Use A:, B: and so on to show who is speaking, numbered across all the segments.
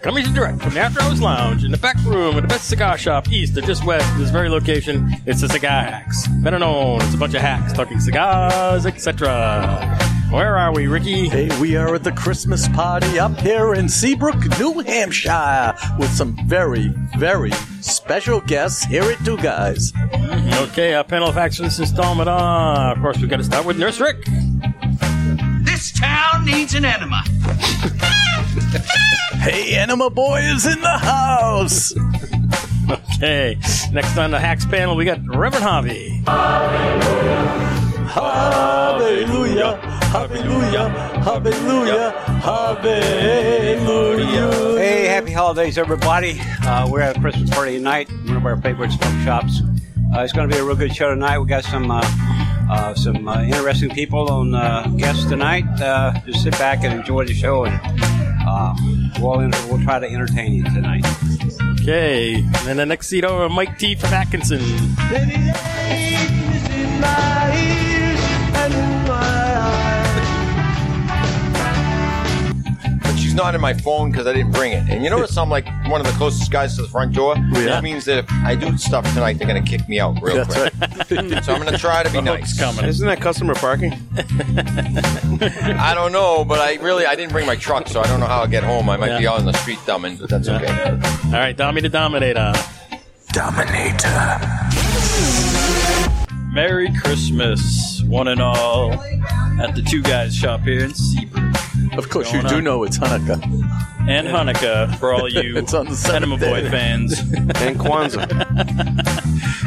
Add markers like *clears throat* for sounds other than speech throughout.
A: Coming to you direct from the After Hours Lounge in the back room of the best cigar shop east or just west of this very location. It's the Cigar Hacks. Better known as a bunch of hacks talking cigars, etc. Where are we, Ricky?
B: Hey, we are at the Christmas party up here in Seabrook, New Hampshire, with some very, very special guests here at Two Guys.
A: Okay, our panel of hacks for this installment are. Of course, we've got to start with Nurse Rick.
C: This town needs an enema.
B: Hey, Enema Boy is in the house.
A: *laughs* Okay, next on the hacks panel, we got Reverend Javi.
B: Hallelujah, hallelujah, hallelujah, hallelujah.
D: Hey, happy holidays, everybody. Uh, we're at a Christmas party tonight, one of our favorite smoke shops. Uh, it's going to be a real good show tonight. We got some uh, uh, some uh, interesting people on uh, guests tonight. Uh, just sit back and enjoy the show, and uh, we'll, enter- we'll try to entertain you tonight.
A: Okay, and then the next seat over, Mike T from Atkinson.
E: but she's not in my phone because I didn't bring it. And you notice I'm like one of the closest guys to the front door.
A: Yeah.
E: That means that if I do stuff tonight, they're gonna kick me out real quick. so I'm gonna try to be nice.
A: Hook's coming.
F: Isn't that customer parking?
E: I don't know, but I really I didn't bring my truck, so I don't know how I'll get home. I might be
A: Yeah.
E: out in the street dumbing, but that's okay.
A: All right, Dommy the Dominator.
B: Dominator.
G: Merry Christmas, one and all, at the Two Guys Shop here in Seabrook.
B: Of course, you do know it's Hanukkah.
G: And Hanukkah for
B: *laughs*
G: all you
B: It's on the
G: Enema
B: seventh
G: Boy
B: day. *laughs*
G: fans.
F: And Kwanzaa.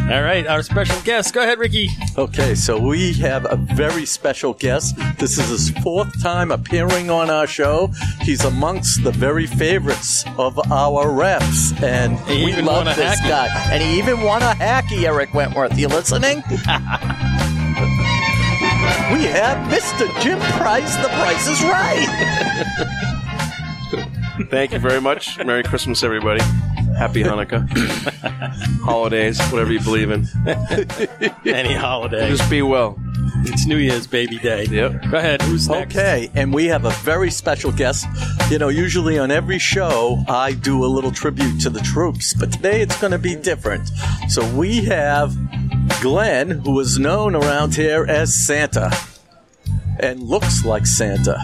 A: *laughs* All right, our special guest. Go ahead, Ricky.
B: Okay, so we have a very special guest. This is his fourth time appearing on our show. He's amongst the very favorites of our refs, and
A: He
B: we
A: even
B: love
A: won a
B: this
A: hacky.
B: guy. And he even won a hacky, Eric Wentworth.
A: *laughs*
B: You listening? we have Mr. Jim Price. The Price is Right. *laughs*
F: Thank you very much. Merry Christmas, everybody. Happy Hanukkah. Holidays, whatever you believe in.
A: Any holiday.
F: Just be well.
A: It's New Year's baby day.
F: Yep.
A: Go ahead, who's next?
B: Okay, and we have a very special guest. You know, usually on every show, I do a little tribute to the troops, but today it's going to be different. So we have Glenn, who is known around here as Santa and looks like Santa.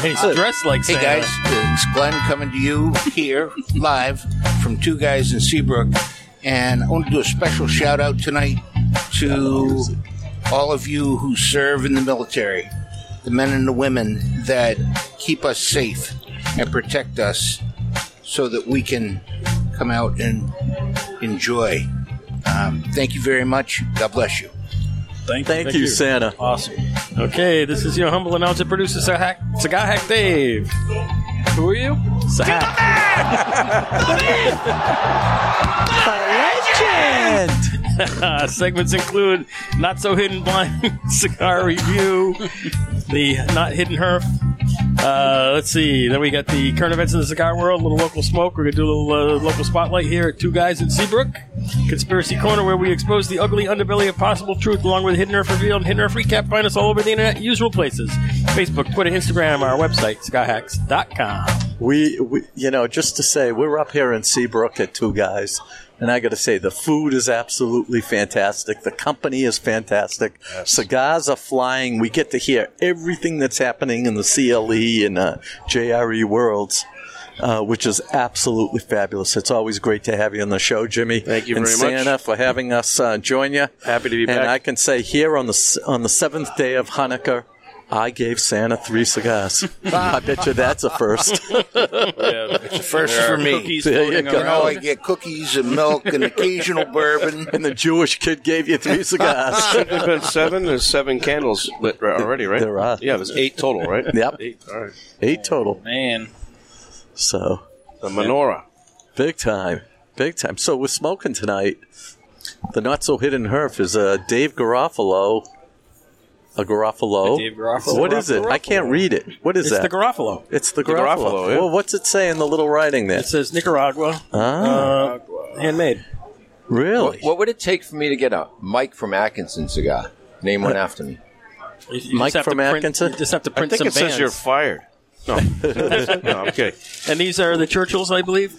A: *laughs*
B: *laughs*
A: He's dressed like
H: Hey
A: Santa.
H: guys, it's Glenn coming to you here *laughs* live from Two Guys in Seabrook. And I want to do a special shout out tonight to all of you who serve in the military, the men and the women that keep us safe and protect us so that we can come out and enjoy. Um, thank you very much. God bless you.
B: Thank, you, Santa.
A: Awesome. Okay, this is your humble announcer, producer, Sir Hack, Cigar Hack Dave. Who are you? Sir Hack.
G: *laughs*
B: Legend!
A: Uh, *laughs* segments include Not So Hidden Blind *laughs* Cigar Review, the Not Hidden Herf. Uh, let's see. Then we got the current events in the cigar world, a little local smoke. We're going to do a little uh, local spotlight here at Two Guys in Seabrook. Conspiracy Corner, where we expose the ugly underbelly of possible truth, along with Hidden Earth Revealed and Hidden Earth Recap. Find us all over the internet, usual places Facebook, Twitter, Instagram, our website, skyhacks.com.
B: We, we, you know, just to say, we're up here in Seabrook at Two Guys, and I got to say, the food is absolutely fantastic. The company is fantastic. Cigars are flying. We get to hear everything that's happening in the CLE and uh, JRE worlds. Uh, which is absolutely fabulous. It's always great to have you on the show, Jimmy.
F: Thank you
B: and
F: very much.
B: Santa for having us uh, join you.
F: Happy to be
B: And
F: back.
B: I can say here on the s- on the seventh day of Hanukkah, I gave Santa three
H: *laughs*
B: cigars. I bet you that's a first.
F: Yeah.
H: First for me.
G: Cookies
B: There you
G: floating
B: go.
H: You know, I
G: around.
H: get cookies and milk and occasional bourbon.
B: *laughs* and the Jewish kid gave you
F: *laughs*
B: three
H: *laughs*
B: cigars.
F: There's been seven. There's seven candles lit ra- already, right?
B: There are.
F: Yeah, there's eight total, right?
B: *laughs* Yep.
F: Eight. All right.
B: Eight total.
G: Man,
B: So
F: The menorah.
B: big time, big time. So we're smoking tonight. The not so hidden herf is uh, Dave Garofalo. A Garofalo.
G: Dave Garofalo.
B: What is it? I can't read it. What is
A: It's
B: that?
A: the Garofalo.
B: it's the Garofalo.
F: Garofalo, yeah.
B: Well, what's it say in the little writing there?
A: It says Nicaragua,
B: ah,
A: uh, handmade.
B: really?
E: What would it take for me to get a Mike from Atkinson cigar? Name one after me.
A: You- you
B: Mike
A: just have
B: from
A: to print-
B: Atkinson?
A: You just have to
F: I
A: print
F: think
A: some
F: it says
A: bands. *laughs*
F: you're fired. No, no, I'm kidding.
A: And these are the Churchills, I believe.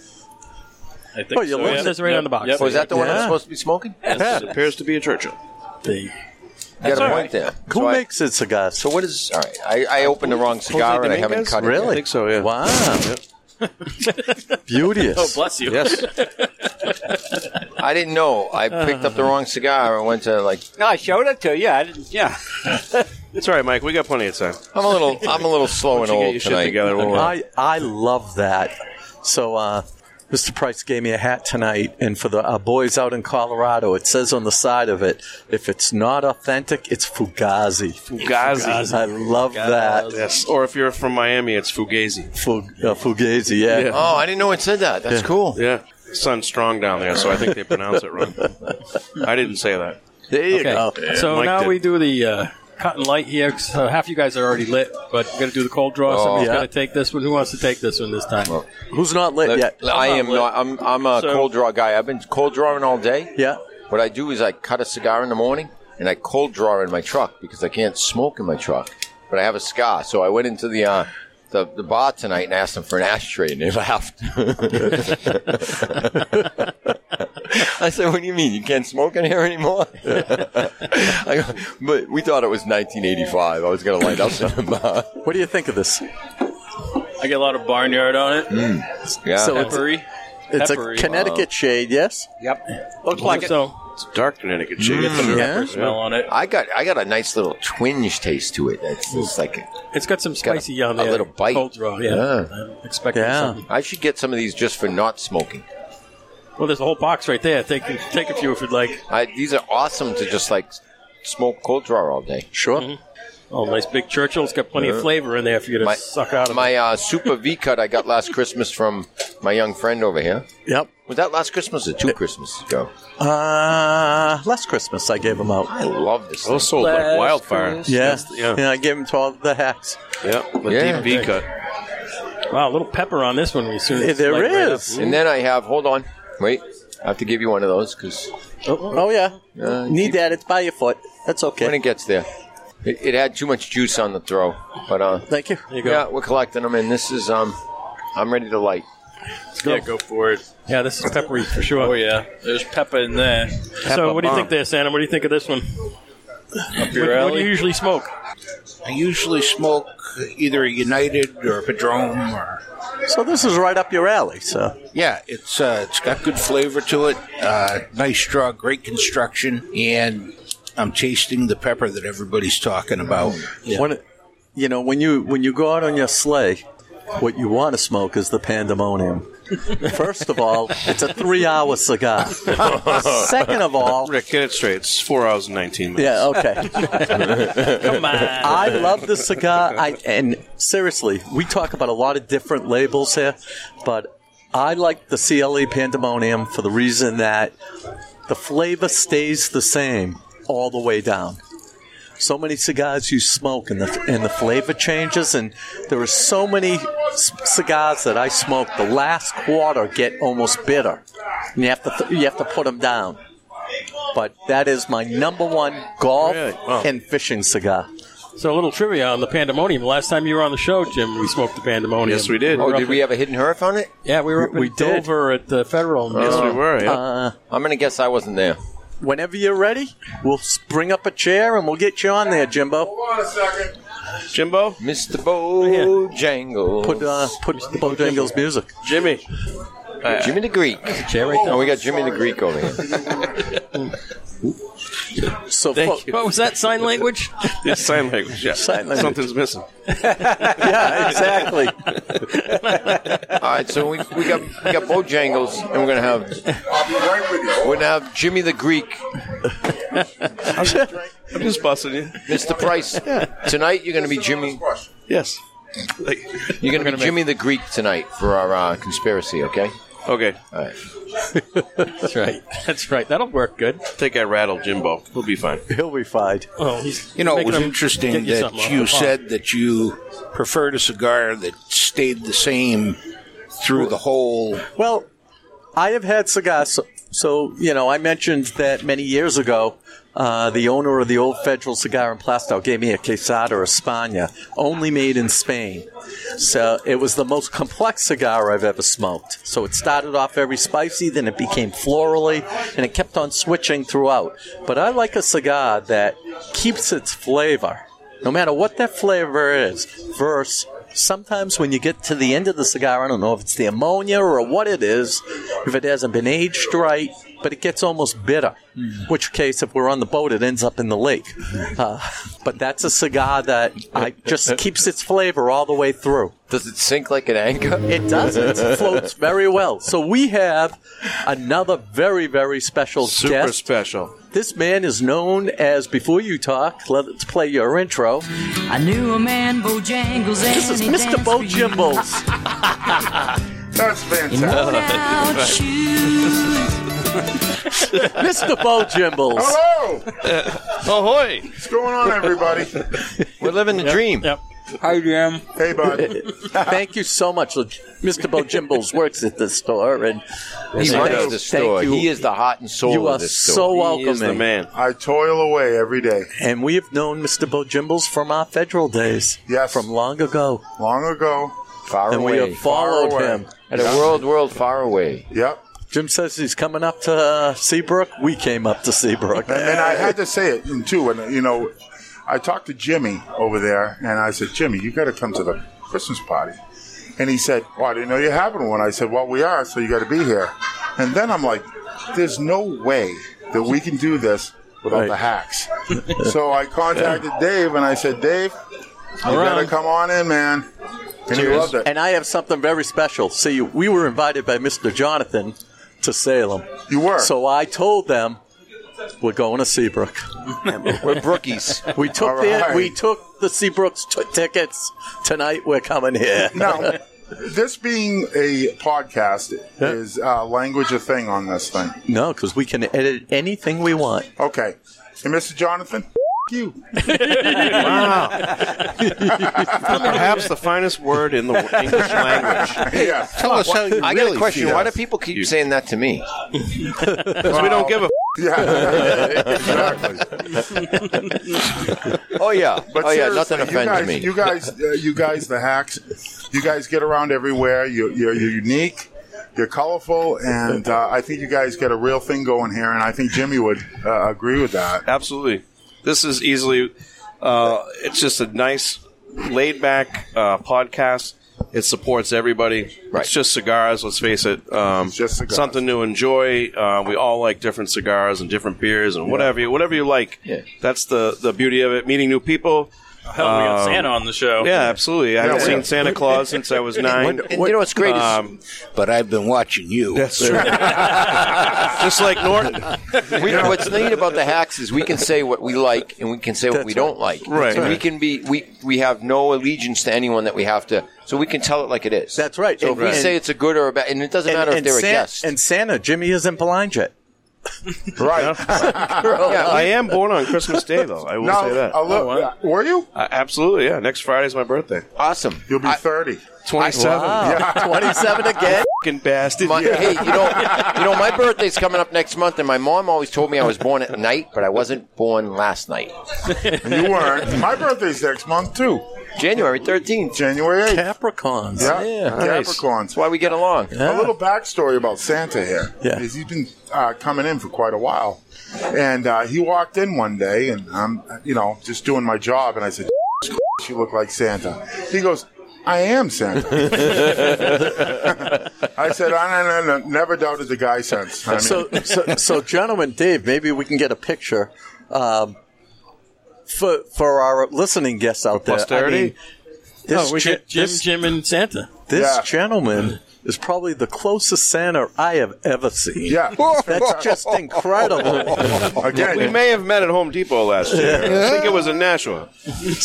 G: I think
B: Oh, you
G: so,
B: looked
A: It
G: yeah.
A: says right on the box.
G: Yep.
E: Oh, is that the one
B: Yeah.
E: that's supposed to be smoking? You
F: Yes, it appears to be a Churchill.
A: The-
E: got a point there.
B: Who
E: so I-
B: makes it cigars?
E: so what is? All right, I, I opened the wrong cigar and I haven't
F: Dominguez?
E: cut it.
B: Really?
E: *laughs*
F: I think so, yeah.
B: Wow. Beauteous.
G: Oh, bless you.
F: Yes.
E: *laughs* I didn't know. I picked up the wrong cigar and went to like.
D: No, I showed it to you. I didn't,
E: *laughs*
D: yeah.
F: It's all right, Mike. We got plenty of time.
E: I'm a little. I'm a little slow and
F: you get
E: old
F: your shit
E: tonight.
F: together, we'll-
B: I I love that. So uh, Mr. Price gave me a hat tonight, and for the uh, boys out in Colorado, it says on the side of it, if it's not authentic, it's fugazi.
F: Fugazi.
B: I love that
F: Yes. Or if you're from Miami, it's Fugazi.
B: Fug- uh, fugazi. Yeah.
F: Yeah.
E: oh, I didn't know it said that. That's cool.
F: Yeah. Sun's strong down there, so I think they pronounce it
B: *laughs*
F: wrong. I didn't say that.
B: There you
A: Okay.
B: go.
A: So
F: Mike
A: now
F: did.
A: we do the uh, cut and light here. So half you guys are already lit, but we're going to do the cold draw. Somebody's
B: yeah.
A: going to take this one. Who wants to take this one this time?
B: Who's not lit
E: Look,
B: yet?
E: I am not. I'm. I'm a
G: So-
E: cold draw guy. I've been cold drawing all day.
B: Yeah.
E: What I do is I cut a cigar in the morning and I cold draw in my truck because I can't smoke in my truck. But I have a scar, so I went into the. Uh, the, the bar tonight and asked them for an ashtray and they *laughs* laughed. I said, "What do you mean you can't smoke in here anymore?" *laughs* I go, but we thought it was 1985. I was going to light up uh, in the bar.
B: What do you think of this?
G: I get a lot of barnyard on it.
B: Hmm.
E: Yeah.
B: So it's,
G: Peppery.
B: it's a
G: peppery.
B: Connecticut shade, yes?
D: Yep.
A: Looks like so. Mm,
F: It's dark Connecticut shade. It's a-
B: Yeah.
G: Smell on it.
E: I got I got a nice little twinge taste to it. It's just like
A: It's got some
E: got a-
A: spicy on
E: a
A: there.
E: little bite.
A: Cold draw. Yeah.
E: Yeah.
A: I'm expecting
B: Yeah.
A: something.
E: I should get some of these just for not smoking.
A: Well, there's a whole box right there. Take take a few if you'd like.
E: I, these are awesome to just like smoke cold draw all day.
B: Sure.
A: Oh, nice big Churchill. It's got plenty of flavor in there for you to
E: My *laughs*
A: suck out of.
E: my uh, super V cut I got last Christmas from my young friend over here.
B: Yep.
E: Was that last Christmas or two Christmases ago?
B: Uh, last Christmas, I gave them out.
E: I love this.
F: Those sold like wildfire.
B: Yeah.
F: That's-
B: yeah.
F: yeah.
B: I gave them to all the hacks.
F: Yeah. The
E: Yeah.
F: deep V cut.
A: wow, a little pepper on this one. We soon
B: Yeah,
A: as
B: there
A: light right
B: is.
A: up.
E: And then I have. Hold on, wait. I have to give you one of those because
B: Oh, yeah.
E: Uh,
B: Need that. It's by your foot. That's
E: when
B: okay.
E: it gets there, it, it had too much juice on the throw. But uh,
B: Thank you.
A: There you go.
E: yeah, we're collecting them, and this is um, I'm ready to light.
G: Yeah, go for it.
A: Yeah, this is peppery for sure.
G: Oh yeah, there's pepper in there.
A: so, what do you think there, Santa? What do you think of this one?
G: Up your
A: What, what do you
G: alley.
A: usually smoke?
H: I usually smoke either a United or a Padron or
B: So this is right up your alley. So
H: yeah, it's uh, it's got good flavor to it. Uh, nice straw, great construction, and I'm tasting the pepper that everybody's talking about.
B: when it- you know when you when you go out on your sleigh, what you want to smoke is the pandemonium. *laughs* First of all, it's a three-hour
A: *laughs*
B: cigar. Second of all,
F: Rick, get it straight. It's four hours and 19 minutes.
B: yeah,
F: *laughs*
B: okay.
G: *laughs* Come on.
B: I love this cigar. I and seriously, we talk about a lot of different labels here, but I like the CLE Pandemonium for the reason that the flavor stays the same all the way down. So many cigars you smoke and the and the flavor changes, and there are so many c- cigars that I smoke. The last quarter get almost bitter, and you have to th- you have to put them down. But that is my number one golf
F: Really? Wow.
B: and fishing cigar.
A: So, a little trivia on the pandemonium. Last time you were on the show, Jim, we smoked the pandemonium.
F: Yes, we did.
E: Oh,
A: were
E: did
A: up
E: we
A: in-
E: have a hidden herf on it? Uh,
A: Yeah, we were up
B: We
A: in
B: did.
A: Dover at the Federal.
F: Yes,
E: Oh.
F: we were. Yeah.
B: Uh,
E: I'm gonna guess I wasn't there.
B: Whenever you're ready, we'll s- bring up a chair and we'll get you on there, Jimbo.
F: Jimbo?
E: Mr.
A: Oh,
E: Bojangles.
B: Put uh, put the Bojangles music.
F: Jimmy.
E: Jimmy the Greek.
A: chair right there.
E: Oh, we got Jimmy the Greek over here.
B: So
F: Thank
B: fo-
F: you.
A: What was that sign language?
F: It's sign language. Yeah.
B: Sign language.
F: Something's missing.
B: yeah, exactly.
E: *laughs* All right, so we, we got we got Bojangles, and we're gonna have we're gonna have Jimmy the Greek,
F: I'm just busting you.
E: Mr. Price. Tonight you're gonna be Jimmy.
F: Yes.
E: You're gonna be Jimmy the Greek tonight for our uh, conspiracy. Okay.
F: Okay.
E: All right.
A: That's right. That's right. That'll work good.
F: Take that rattle, Jimbo. We'll be fine.
B: He'll be fine.
A: Oh, he's
H: You know, it
A: making
H: was
A: them get
H: interesting
A: you something
H: that
A: off
H: you
A: the pot. *laughs*
H: said that you preferred a cigar that stayed the same through the whole.
B: Well, I have had cigars. So, you know, I mentioned that many years ago, uh, the owner of the old Federal Cigar and Plastow gave me a Quesada España, only made in Spain. So it was the most complex cigar I've ever smoked. So it started off very spicy, then it became florally, and it kept on switching throughout. But I like a cigar that keeps its flavor, no matter what that flavor is, versus sometimes when you get to the end of the cigar, I don't know if it's the ammonia or what it is, if it hasn't been aged right, but it gets almost bitter.
E: Mm.
B: Which case, if we're on the boat, it ends up in the lake. Uh, but that's a cigar that I just keeps its flavor all the way through.
E: Does it sink like an anchor?
B: It does. It floats very well. So we have another very, very special
F: Super
B: guest.
F: special.
B: This man is known as Before You Talk. Let's play your intro.
I: I knew a man Bojangles and
B: This is
I: he
B: Mr.
I: danced for you.
B: Bojimbles.
J: *laughs* That's
I: In
J: fantastic.
B: *laughs*
I: worn-out shoes.
B: Mr. Bojimbles.
J: Hello!
F: Ahoy!
J: What's going on, everybody?
E: We're living the dream.
A: Yep.
G: Hi, Jim.
J: Hey, bud.
B: *laughs* Thank you so much. Look, Mr. Bojimbles works at this store, and
E: He
B: Thank
E: runs
B: you.
E: the store.
B: Thank you.
E: He is the heart and soul
B: you
E: of
B: are
E: this
B: so
E: store.
F: He is the
B: welcoming.
F: man.
J: I toil away every day.
B: And we have known Mr. Bojimbles from our federal days.
J: Yes.
B: From long ago.
J: Long ago.
E: far
B: and
E: away.
B: we have followed
J: Far away.
B: him.
E: At a world, world far away.
J: Yep.
B: Jim says he's coming up to uh, Seabrook. We came up to Seabrook.
J: And, and I had to say it and too. And you know, I talked to Jimmy over there, and I said, Jimmy, you got to come to the Christmas party. And he said, Well, I didn't know you having one. I said, Well, we are, so you got to be here. And then I'm like, There's no way that we can do this without
B: Right.
J: the
H: *laughs*
J: hacks. so I contacted Dave, and I said, Dave, you got to come on in, man. And he loved it.
B: And I have something very special. See, we were invited by Mr. Jonathan to Salem.
J: You were.
B: So I told them we're going to Seabrook.
E: We're brookies.
B: *laughs* We took
J: All
B: the
J: right.
B: we took the Seabrooks t- tickets. Tonight we're *laughs*
J: *laughs*
B: coming here.
J: now, this being a podcast, is uh, language a thing on this thing?
B: No, because we can edit anything we want.
J: Okay. And Mr. Jonathan, f- you.
F: Perhaps the finest word in the English language.
J: Yeah.
H: Tell us how you
E: I got
H: really
E: a question.
H: feel.
E: Why do people keep saying that to me?
F: Because we don't give a f-
J: Yeah. exactly.
E: *laughs* Oh yeah.
J: But
E: oh yeah.
J: seriously,
E: Nothing offends
J: you guys,
E: me.
J: You guys, uh, you guys, the hacks. You guys get around everywhere. You, you're, you're unique. You're colorful, and uh, I think you guys get a real thing going here. And I think Jimmy would uh, agree with that.
F: Absolutely.
E: *laughs*
F: This is easily. Uh, it's just a nice, laid back uh, podcast. It supports everybody.
E: Right.
F: It's just cigars. Let's face it. Um,
J: just cigars.
F: Something to enjoy. Uh, we all like different cigars and different beers and whatever you whatever you like.
E: Yeah.
F: That's the the beauty of it. Meeting new people. Um,
G: Hell, we got Santa
A: *laughs*
G: on the show.
F: Yeah, absolutely. I haven't
J: yeah.
F: seen Santa Claus since I
H: *laughs*
F: was nine.
E: and you know what's great is
F: Um,
H: But I've been watching you. *laughs*
F: just like Norton.
E: *laughs* we, what's neat about the hacks is we can say what we like and we can say what we don't like.
F: Right.
E: And we can be we we have no allegiance to anyone that we have to. So we can tell it like it is.
B: That's right.
E: So if
B: And-
E: we say it's a good or a bad, and it doesn't matter if they're
B: San-
E: a guest.
B: and Santa, Jimmy isn't blind yet.
J: *laughs* Right.
F: Yeah, I am born on Christmas Day, though. I will
J: Now,
F: say that.
B: Oh,
J: a
G: Oh,
J: little, were
E: *laughs*
J: you?
F: Uh, absolutely, yeah. Next Friday's my birthday.
E: awesome.
J: You'll be thirty.
F: Twenty-seven.
B: Wow, 27 again.
F: Fucking bastard.
E: My, Hey, you know, you know,
J: *laughs*
E: my birthday's coming up next month, and my mom always told me I was born at night, but I wasn't born last night.
J: You weren't. My birthday's next month too,
E: January thirteenth.
J: January eighth.
B: Capricorns.
J: Yeah.
F: nice.
J: Capricorns.
E: That's why we get along.
J: A little backstory about Santa here
B: Yeah.
J: is he's been uh, coming in for quite a while, and uh, he walked in one day, and I'm you know just doing my job, and I said, *laughs* "You look like Santa." He goes, "I am
B: *laughs*
J: Santa." *laughs* I said, "I no, no, no, never doubted the guy since." I mean,
B: So, so, so, gentlemen, Dave, maybe we can get a picture um, for for our listening guests out there. I
F: Posterity?
B: mean, this,
A: Oh, we
B: gen-
A: get Jim,
B: this,
A: Jim, and Santa.
B: this
J: Yeah.
B: gentleman is probably the closest Santa I have ever seen.
J: yeah,
E: *laughs*
B: That's
J: *laughs*
B: just incredible.
J: again,
F: we may have met at Home Depot last year. I think it was in Nashua.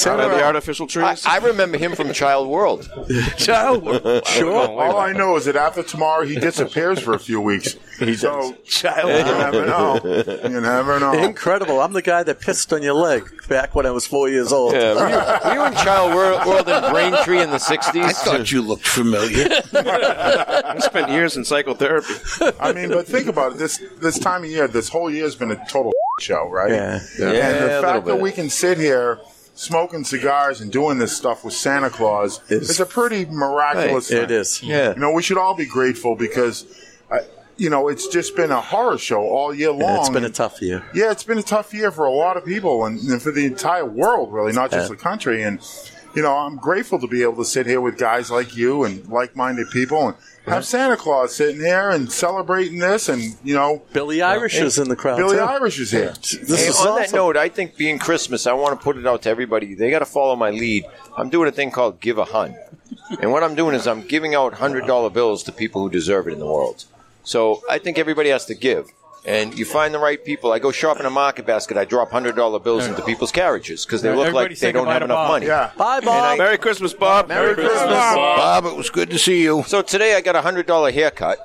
F: Under the artificial
E: I,
F: trees.
E: I remember him from Child World.
B: *laughs*
J: *laughs*
F: child. Sure.
J: all I know Oh, is that after tomorrow he disappears for a few
B: *laughs*
J: weeks. so
F: Child.
J: you never know. *laughs* You never know.
B: incredible. I'm the guy that pissed on your leg back when I was four years old. *laughs*
E: were,
F: *laughs*
E: you, were you in Child World, World in Braintree in the 60s?
H: I thought you looked familiar.
F: I spent years in psychotherapy.
J: I mean, but think about it. This this time of year, this whole year's been a total *laughs* show, right?
B: Yeah. Yeah.
J: And
B: Yeah,
J: the
B: a
J: fact
B: little
J: that
B: bit.
J: we can sit here smoking cigars and doing this stuff with Santa Claus
B: It's-
J: is a pretty miraculous.
B: Right, it
J: thing.
B: is. Yeah.
J: You know, we should all be grateful because, uh, you know, it's just been a horror show all year long.
B: it's been a
J: And-
B: tough year.
J: yeah, it's been a tough year for a lot of people and, and for the entire world, really, not just
B: Yeah.
J: the country. And you know, I'm grateful to be able to sit here with guys like you and like-minded people and
B: Uh-huh.
J: have Santa Claus sitting here and celebrating this. And you know,
B: Billy Irish is in the crowd.
J: Billy
B: too.
J: Irish is here.
E: Hey, on that note, I think being Christmas, I want to put it out to everybody. They got to follow my lead. I'm doing a thing called Give a Hun. And what I'm doing is I'm giving out $100 bills to people who deserve it in the world. So I think everybody has to give. And you find the right people. I go shop in a market basket. I drop $100 bills into people's carriages because they look like they don't have enough money.
B: Bye, Bob.
F: Merry Christmas, Bob.
E: Merry Christmas,
H: Bob. it was good to see you.
E: So today I got a hundred dollar haircut.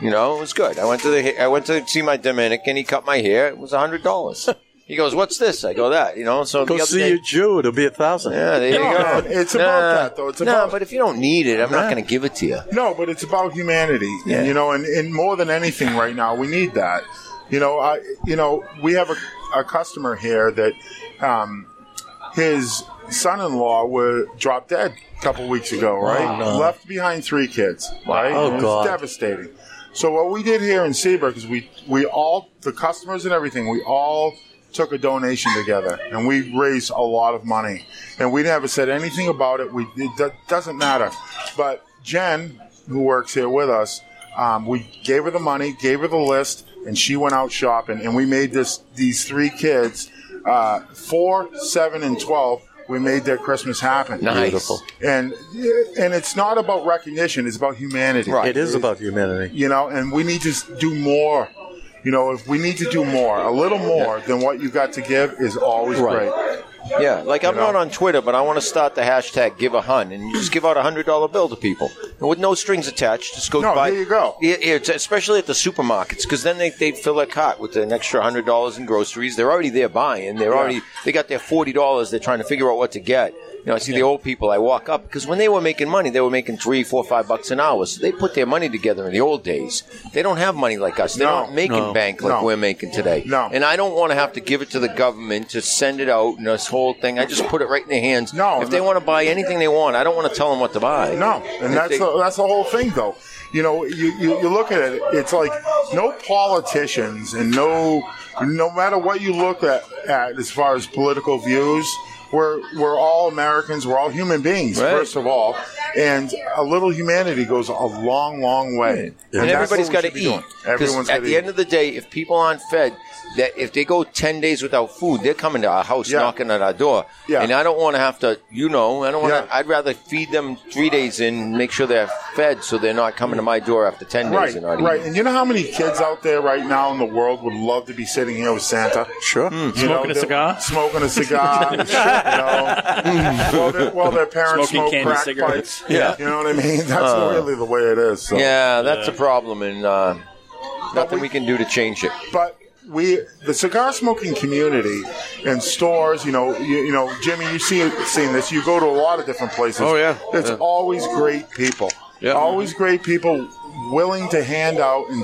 E: You know, it was good. I went to the ha- I went to see my Dominican. He cut my hair. It was a hundred dollars. he goes, "What's this?" I go, "That." You know. So
B: Go
E: the other
B: see
E: day,
B: your Jew. It'll be a thousand.
E: Yeah, there
J: No,
E: you go.
J: man, it's about that, though. It's
E: uh, no,
J: about-
E: but if you don't need it, I'm not going to give it to you.
J: No, but it's about humanity,
E: Yeah.
J: and, you know, and, and more than anything right now, we need that. You know, I, you know, we have a, a customer here that um, his son-in-law were dropped dead a couple weeks ago, right?
B: Oh, no.
J: Left behind three kids, right?
B: Oh,
J: it was
B: God.
J: devastating. So what we did here in Seabrook is we we all the customers and everything we all took a donation together and we raised a lot of money and we never said anything about it. We it do- doesn't matter, but Jen who works here with us, um, we gave her the money, gave her the list, and she went out shopping and we made this these three kids uh, four, seven, and twelve. We made their Christmas happen.
E: Nice.
B: Beautiful.
J: And and it's not about recognition; it's about humanity.
E: Right.
B: It is about humanity.
J: You know, and we need to s- do more. You know, if we need to do more, a little more than what you got to give is always
B: Right.
J: great.
E: Yeah, like I'm
J: You know?
E: not on Twitter, but I want to start the hashtag Give a Hun and you just give out a hundred dollar bill to people and with no strings attached. Just go
J: No,
E: buy.
J: there you go.
E: Yeah, yeah, it's- especially at the supermarkets because then they, they fill their cart with an extra hundred dollars in groceries. They're already there buying. They're already they got their forty dollars. They're trying to figure out what to get. You know, I see the old people. I walk up because when they were making money, they were making three, four, five bucks an hour. So they put their money together in the old days. They don't have money like us. They're
J: No.
E: not making bank like
J: No.
E: we're making today.
J: No.
E: And I don't want to have to give it to the government to send it out and this whole thing. I just put it right in their hands.
J: No,
E: If they
J: no.
E: want to buy anything they want, I don't want to tell them what to buy.
J: No,
E: If
J: and that's
E: they-
J: the, that's the whole thing, though. You know, you, you, you look at it; it's like no politicians and no no matter what you look at, at as far as political views. We're, we're all Americans. We're all human beings,
E: Right.
J: first of all, and a little humanity goes a long, long way.
E: and
J: that's what
E: everybody's
J: we
E: got to
J: should be
E: eat.
J: doing.
E: 'Cause
J: Everyone's
E: at the end of the day, if people aren't fed, that if they go ten days without food, they're coming to our house,
J: Yeah.
E: knocking at our door.
J: Yeah.
E: And I don't want to have to, you know, I don't want. to
J: Yeah.
E: I'd rather feed them three days in, make sure they're fed, so they're not coming to my door after ten
J: right,
E: days and not
J: right.
E: eating.
J: And you know how many kids out there right now in the world would love to be sitting here with Santa?
B: Sure.
J: You know,
A: Smoking a
J: they're
A: cigar?
J: Smoking a
K: *laughs*
J: cigar.
B: *laughs*
J: you know. well, their- well, their parents
G: Smoking
J: smoke
G: candy
J: crack
G: cigarettes.
J: pipes. Yeah. You know what I mean? *laughs* That's really the way it is. So.
E: Uh, Yeah, that's a problem, and uh, nothing
J: we-
E: we can do to change it.
J: But we, the cigar smoking community and stores, you know, you, you know, Jimmy, you see, seen this. You go to a lot of different places.
F: Oh, yeah.
J: It's always great people.
F: Yeah.
J: Always great people willing to hand out and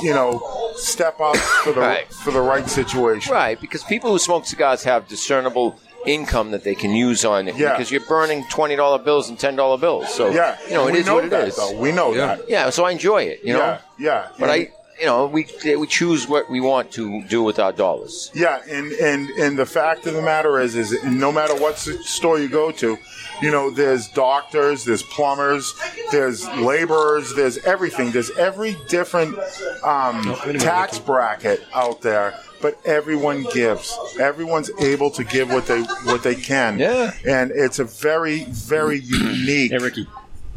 J: you know step
E: *coughs*
J: up for the
E: Right.
J: for the right situation.
E: Right, because people who smoke cigars have discernible income that they can use on it.
J: Yeah.
E: Because you're burning twenty dollar bills and ten dollar bills. So
J: Yeah.
E: you know it
J: we
E: is
J: know
E: what it
J: that,
E: is.
J: Though. We know
F: Yeah.
J: that.
E: Yeah, so I enjoy it. You know.
J: yeah, yeah.
E: But
J: And-
E: I, you know, we we choose what we want to do with our dollars.
J: Yeah, and, and and the fact of the matter is, is no matter what s- store you go to, you know, there's doctors, there's plumbers, there's laborers, there's everything. There's every different um, tax bracket out there, but everyone gives. Everyone's able to give what they what they can.
E: Yeah.
J: and it's a very very unique.
A: Hey, Ricky.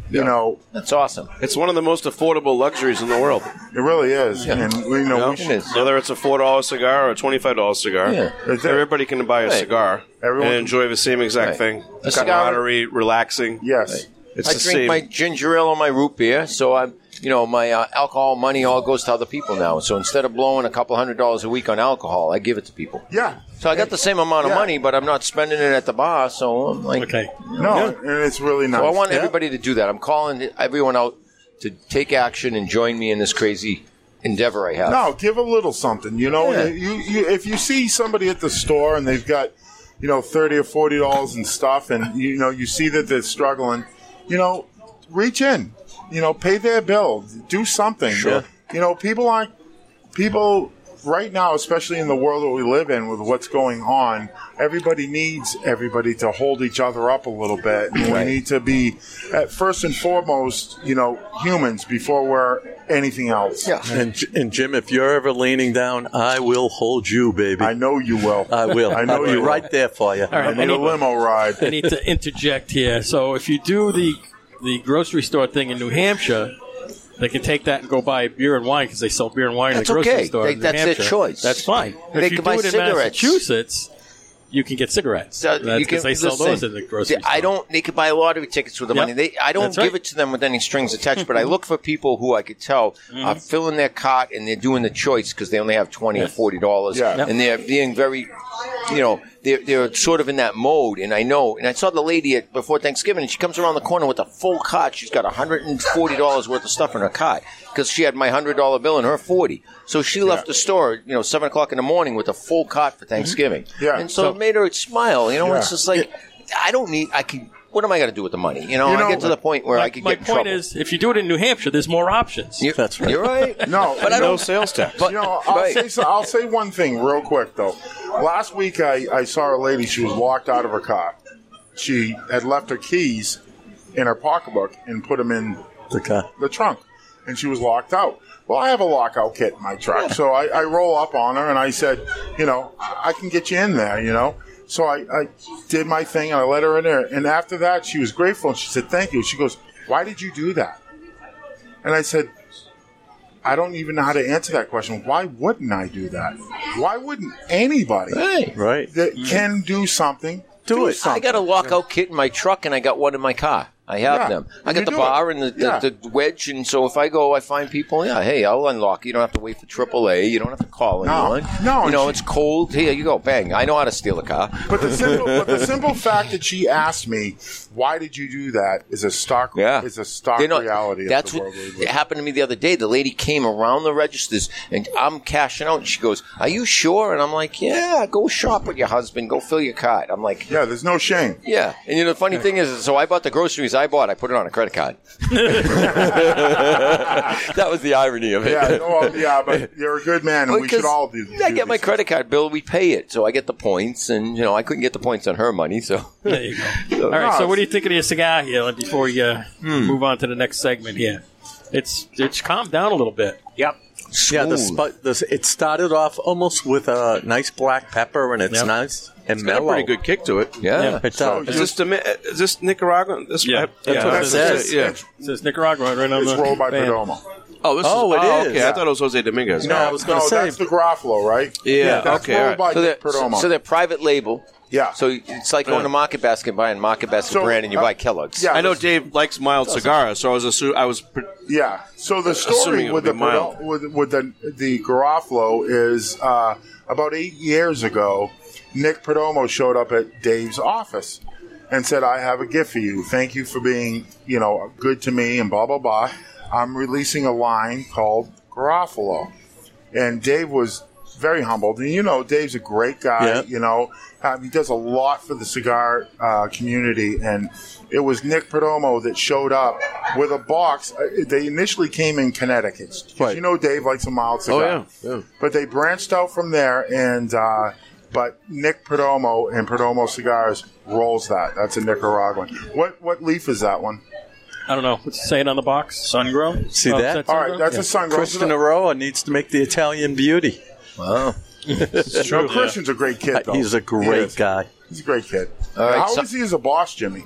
J: You know,
E: That's awesome.
F: It's one of the most affordable luxuries in the world.
J: it really is, and we know
F: No,
J: we
E: it is.
F: Whether it's a four dollar cigar or a twenty five dollar cigar,
E: Yeah.
F: everybody can buy a
E: Right.
F: cigar
J: Everyone
F: and
J: can-
F: enjoy the same exact
E: Right.
F: thing.
E: A cigar-
F: Camaraderie, relaxing.
J: yes.
F: it's
E: I
F: the
E: drink
F: same.
E: my ginger ale or my root beer, so I'm, you know, my uh, alcohol money all goes to other people now. So instead of blowing a couple hundred dollars a week on alcohol, I give it to people.
J: Yeah.
E: So I got the same amount of
J: Yeah.
E: money, but I'm not spending it at the bar. So I'm like,
A: Okay.
J: No, and it's really nice.
E: So I want
J: Yeah.
E: everybody to do that. I'm calling everyone out to take action and join me in this crazy endeavor I have.
J: No, give a little something. You know,
E: Yeah.
J: you, you, if you see somebody at the store and they've got, you know, thirty or forty dollars in stuff, and you know you see that they're struggling, you know, reach in, you know, pay their bill, do something.
B: Sure.
J: You know, people aren't people right now, especially in the world that we live in with what's going on. Everybody needs everybody to hold each other up a little bit. And We need to be, at first and foremost, you know, humans before we're anything else. Yeah.
B: And, J- and Jim, if you're ever leaning down, I will hold you, baby. I
J: know you will.
B: I will.
J: I know
B: I'll be
J: you will.
B: right there for you.
A: All right, I need a
J: limo ride.
A: I need to interject here. So if you do the the grocery store thing in New Hampshire, they can take that and go buy beer and wine because they sell beer and wine
E: That's
A: in the grocery
E: okay.
A: store.
E: They-
A: in New
E: that's their
A: Hampshire.
E: choice.
A: That's fine.
E: They
A: if
E: can
A: you do
E: buy
A: it in
E: cigarettes.
A: Massachusetts, you can get cigarettes.
E: So
A: that's
E: you can-
A: because they sell
E: listen,
A: those in the grocery
E: th- I don't. They could buy lottery tickets with the
A: Yep.
E: money. They, I don't
A: That's right.
E: give it to them with any strings attached.
A: *laughs*
E: but I look for people who I could tell are
A: Mm-hmm.
E: filling their cart and they're doing the choice because they only have twenty or
F: Yes.
E: forty dollars,
F: Yeah. Yep.
E: and they're being very, you know, they're they're sort of in that mode. And I know. And I saw the lady at, before Thanksgiving, and she comes around the corner with a full cart. She's got hundred and forty dollars worth of stuff in her cart because she had my hundred dollar bill and her forty. So she left the store, you know, seven o'clock in the morning with a full cart for
A: Mm-hmm.
E: Thanksgiving.
J: Yeah.
E: and so,
J: So-
E: it made her smile. You know,
J: Yeah.
E: it's
H: *laughs*
E: just like I don't need. I can. What am I going to do with the money? You know,
A: You know,
E: I get to the point where I
A: my,
E: could
A: my
E: get in
A: point
E: trouble.
A: is, if you do it in New Hampshire, there's more options.
B: That's
E: right. You're right.
J: No,
A: *laughs* But I
J: no
A: don't- sales tax.
J: you know, I'll
A: Right.
J: say so, I'll say one thing real quick though. Last week, I, I saw a lady. She was locked out of her car. She had left her keys in her pocketbook and put them in
B: The car.
J: the trunk, and she was locked out. Well, I have a lockout kit in my truck, so I, I roll up on her and I said, you know, I I can get you in there, you know. So I, I did my thing and I let her in there. And after that, she was grateful and she said, thank you. She goes, why did you do that? And I said, I don't even know how to answer that question. Why wouldn't I do that? Why wouldn't anybody
B: right.
J: that can do something do,
E: I
J: it? Something?
E: got a lockout kit in my truck, and I got one in my car. I have
J: Yeah.
E: them. I
J: You
E: got the
J: do it.
E: bar and the,
J: Yeah.
E: the, the wedge, and so if I go, I find people. Yeah, hey, I'll unlock. You don't have to wait for AAA. You don't have to call
J: No.
E: anyone.
J: No,
E: you
J: and
E: know
J: she-
E: it's cold. Here you go. Bang. I know how to steal a car.
J: But the simple, but the simple fact that she asked me, "Why did you do that?" is a stock.
E: *laughs* Yeah.
J: is a stock
E: They're not-
J: reality.
E: That's
J: of the
E: what
J: world we live
E: it happened to me the other day. The lady came around the registers, and I'm cashing out. And she goes, "Are you sure?" And I'm like, "Yeah, go shop with your husband. Go fill your cart." I'm like,
J: "Yeah, there's no shame."
E: Yeah, and you know the funny thing is, so I bought the groceries I bought. I put it on a
J: *laughs*
E: credit card. that was the irony of it.
J: yeah, no, well, yeah, but you're a good man, and we should
E: Because
J: all do.
E: I get my credit card bill. We pay it, so I get the points, and you know I couldn't get the points on her money, so
A: There you go. All right. So, what do you think of your cigar here? Like, before you uh, move on to the next segment here, it's it's calmed down a little bit.
D: Yep.
B: Yeah, the
A: Smooth.
B: spu- the, it started off almost with a nice black pepper, and it's
F: Yep.
B: nice and
F: got a
B: mellow.
F: pretty good kick to it.
B: Yeah. Yeah, it
F: So
B: does.
F: is this Domi- is this Nicaraguan? This, yeah.
A: That's what it says.
F: Yeah.
A: It says Nicaragua right on
F: It's
A: the
F: rolled by
A: band.
F: Perdomo. Oh, this
A: Oh,
F: is, oh,
A: it is.
F: Okay, I thought it was Jose Dominguez.
J: No, no, that's the Garofalo, right?
F: Yeah,
J: that's
F: okay,
J: rolled by
E: so they're,
J: Perdomo.
E: so they're private label.
J: Yeah.
E: So it's like going to Market Basket and buying Market Basket
J: So,
E: brand, and you
J: uh,
E: buy Kellogg's.
F: I know Dave likes mild cigars, so I was assu- I was pre-
J: Yeah. So the
F: Assuming
J: story
F: it
J: with
F: would
J: the
F: be mild.
J: Perdo- with, with the the Garofalo is uh, about eight years ago. Nick Perdomo showed up at Dave's office and said, "I have a gift for you. Thank you for being you know good to me and blah blah blah. I'm releasing a line called Garofalo." And Dave was very humbled. And you know, Dave's a great guy.
B: Yeah.
J: You know, um, he does a lot for the cigar uh, community. And it was Nick Perdomo that showed up with a box. Uh, They initially came in Connecticut. 'Cause You know, Dave likes a
B: Oh,
J: mild cigar.
F: yeah.
J: But they branched out from there, and uh, but Nick Perdomo and Perdomo Cigars rolls that. That's a Nicaraguan. What what leaf is that one?
A: I don't know. What's it saying on the box? Oh, Sun grown.
B: See that?
J: All right, that's a sun grown.
B: Christian Aroa Oh, needs to make the Italian beauty.
E: Wow.
B: it's
J: No, Christian's a great kid. Though.
B: He's a
J: He
B: great
J: is.
B: guy.
J: He's a great kid.
F: All right,
J: How
F: so-
J: is he as a boss, Jimmy?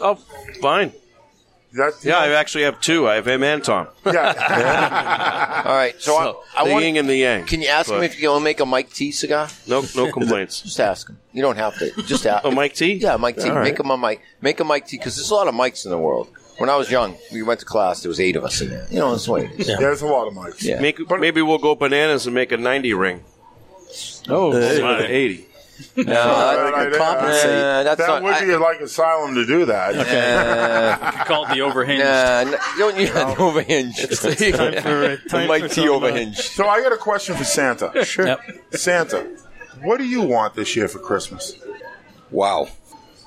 F: Oh, fine.
J: That's,
F: yeah, I actually have two. I have him and
J: *laughs*
F: Tom.
E: All right. So, I, I
F: the
E: want.
F: yin and the yang.
E: Can you ask him
F: But-
E: if you will make a Mike T cigar?
F: No,
E: *laughs*
F: no complaints.
E: Just ask him. You don't have to.
A: *laughs*
E: Just ask.
F: Oh, Mike T.
E: Yeah, Mike T.
F: All right.
E: Make him a Mike. Make a Mike T. Because there's a lot of Mikes in the world. When I was young, we went to class. There was eight of us in there. You know, that's the way it is.
J: There's a lot of mics.
E: Yeah.
F: Make, maybe we'll go bananas and make a ninety ring.
A: Oh,
F: uh, Not an eighty.
E: No, I-
J: Right, uh,
E: compensate. Nah, that's
J: that
E: not-
J: would be like asylum to do that.
E: *laughs* Uh,
A: Call it the overhand.
E: Nah, n- don't you an overhinge? *laughs*
A: it's time for- time
E: Mike
A: for
E: T
A: some, uh,
E: overhinge.
J: So I got a question for Santa. Sure.
A: Yep.
J: Santa, what do you want this year for Christmas?
E: Wow.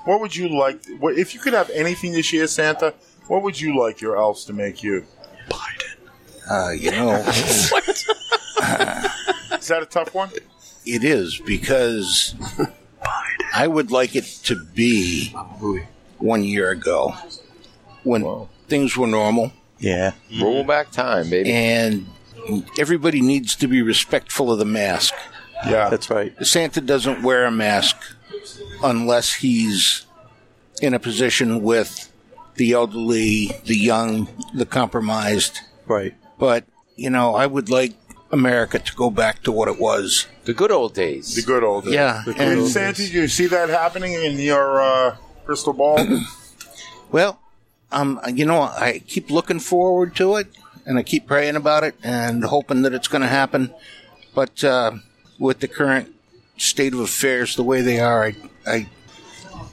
J: What would you like? What, if you could have anything this year, Santa, what would you like your elves to make you?
H: Uh, you know,
J: Is that a tough one?
H: it is
J: *laughs*
H: because I would like it to be one year ago when things were normal
B: Yeah.
E: Mm-hmm. Roll back time, baby.
H: and everybody needs to be respectful of the mask.
J: Yeah.
B: That's right.
H: Santa doesn't wear a mask unless he's in a position with the elderly, the young, the compromised.
B: Right.
H: But, you know, I would like America to go back to what it was.
E: The good old days.
J: The good old days.
H: Yeah.
J: And
H: And,
J: Santa, do you see that happening in your uh, crystal ball?
H: well, um, you know, I keep looking forward to it and I keep praying about it and hoping that it's going to happen. But uh, with the current state of affairs the way they are, I, I,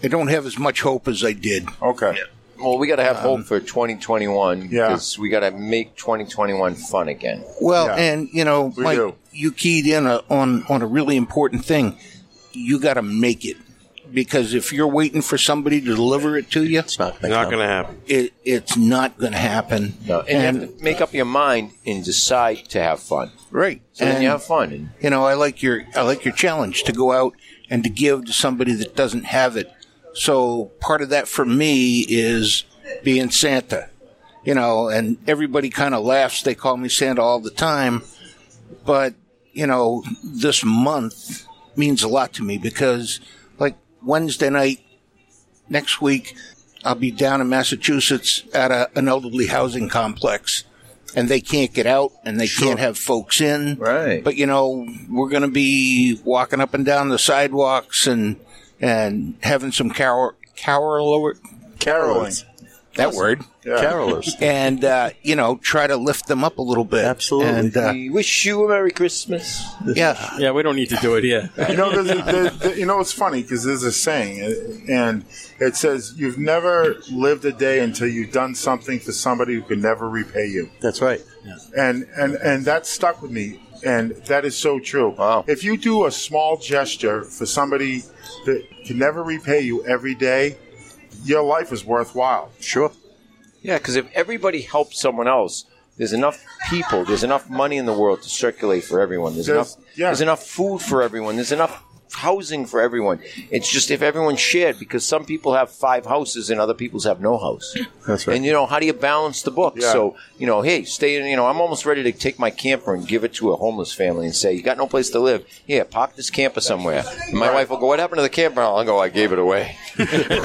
H: I don't have as much hope as I did.
J: Okay.
E: Well, we got to have hope for 2021
J: Yeah.
E: because we got to make 2021 fun again.
H: Well,
J: Yeah.
H: and you know,
J: We
H: Mike,
J: do.
H: you keyed in a, on on a really important thing. You got to make it because if you're waiting for somebody to deliver it to you,
B: It's not going
F: Not going to happen.
H: it, it's not going to happen.
E: No, and, you have to make up your mind and decide to have fun.
H: right,
E: So then
H: and
E: you have fun. And
H: you know, I like your I like your challenge to go out and to give to somebody that doesn't have it. So part of that for me is being Santa. You know, and everybody kind of laughs. They call me Santa all the time, but you know, this month means a lot to me because, like Wednesday night next week, I'll be down in Massachusetts at a, an elderly housing complex, and they can't get out and they can't have folks in.
B: Right.
H: But you know, we're going to be walking up and down the sidewalks and and having some carol carol
J: Caroling.
H: that word
B: Carolers.
H: and uh, you know try to lift them up a little bit.
B: Absolutely.
H: And, uh,
E: we wish you a Merry Christmas.
H: yeah.
A: Yeah, we don't need to do it here.
J: You know, there's a, there- there- you know, it's funny because there's a saying, uh, and it says, "You've never lived a day until you've done something for somebody who can never repay you."
B: That's right.
J: and and and that stuck with me and that is so true
E: Wow.
J: if you do a small gesture for somebody that can never repay you every day your life is worthwhile
B: Sure.
E: Yeah, because if everybody helps someone else, there's enough people, there's enough money in the world to circulate for everyone. There's,
J: There's-
E: enough,
J: yeah.
E: there's enough food for everyone. There's enough housing for everyone. It's just if everyone shared, because some people have five houses and other people's have no house.
B: That's right.
E: And you know, how do you balance the book?
J: Yeah.
E: So you know, hey, stay. in You know, I'm almost ready to take my camper and give it to a homeless family and say, you got no place to live. Here, park this camper somewhere. And my wife will go, what happened to the camper? And I'll go, I gave it away.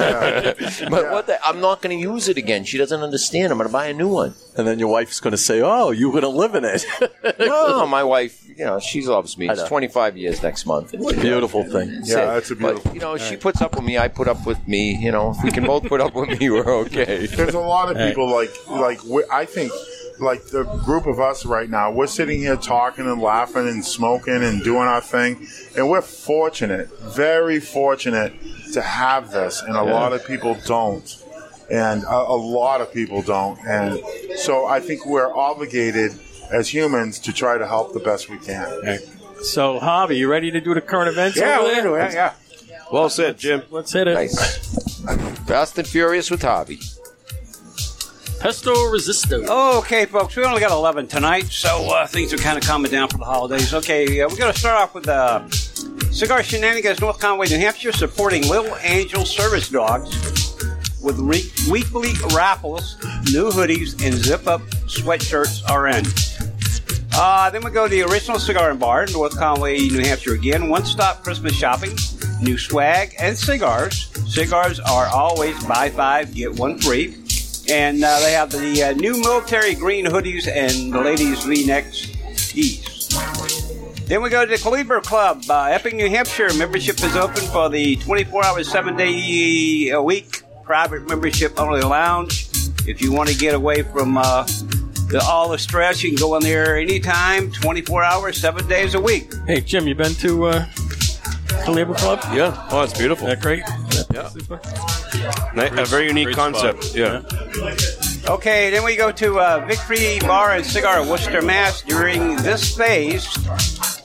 E: But what the, I'm not going to use it again. She doesn't understand. I'm going to buy a new one.
B: And then your wife's going to say, "Oh, you wouldn't live in it."
E: *laughs* No, my wife, you know, she loves me.
B: I
E: It's
B: know.
E: 25 years next month.
B: Beautiful thing.
J: yeah that's a beautiful
E: But, you know, she puts up with me. I put up with me. You know, if we can both put up with me, we're okay.
J: there's a lot of people like like we- i think like the group of us right now we're sitting here talking and laughing and smoking and doing our thing and we're fortunate very fortunate to have this and a lot of people don't and a, a lot of people don't and so i think we're obligated as humans to try to help the best we can
A: So, Javi, you ready to do the current events?
D: Yeah,
A: over
D: we're
A: there?
D: into it. Yeah.
F: Well said, Jim.
A: Let's hit it.
E: Nice. Fast and Furious with Javi.
A: Pesto resisto.
D: Okay, folks, we only got 11 tonight, so uh, things are kind of calming down for the holidays. Okay, uh, we're going to start off with uh, Cigar Shenanigans, North Conway, New Hampshire, supporting Little Angel Service Dogs with re- weekly raffles, new hoodies, and zip up sweatshirts are in. Uh, then we go to the original cigar and bar, North Conway, New Hampshire again. One stop Christmas shopping, new swag, and cigars. Cigars are always buy five, get one free. And uh, they have the uh, new military green hoodies and the ladies' v necks tees. Then we go to the Cleaver Club, uh, Epping, New Hampshire. Membership is open for the 24 hours, 7 day a week private membership only lounge. If you want to get away from uh, the, all the stress, you can go in there anytime, 24 hours, 7 days a week.
A: Hey, Jim, you been to uh, the Labor Club.
F: Yeah. Oh, it's beautiful.
A: Isn't that great?
F: Yeah. Ni- a very unique concept. Yeah.
D: Okay, then we go to uh, Victory Bar and Cigar, Worcester, Mass. During this phase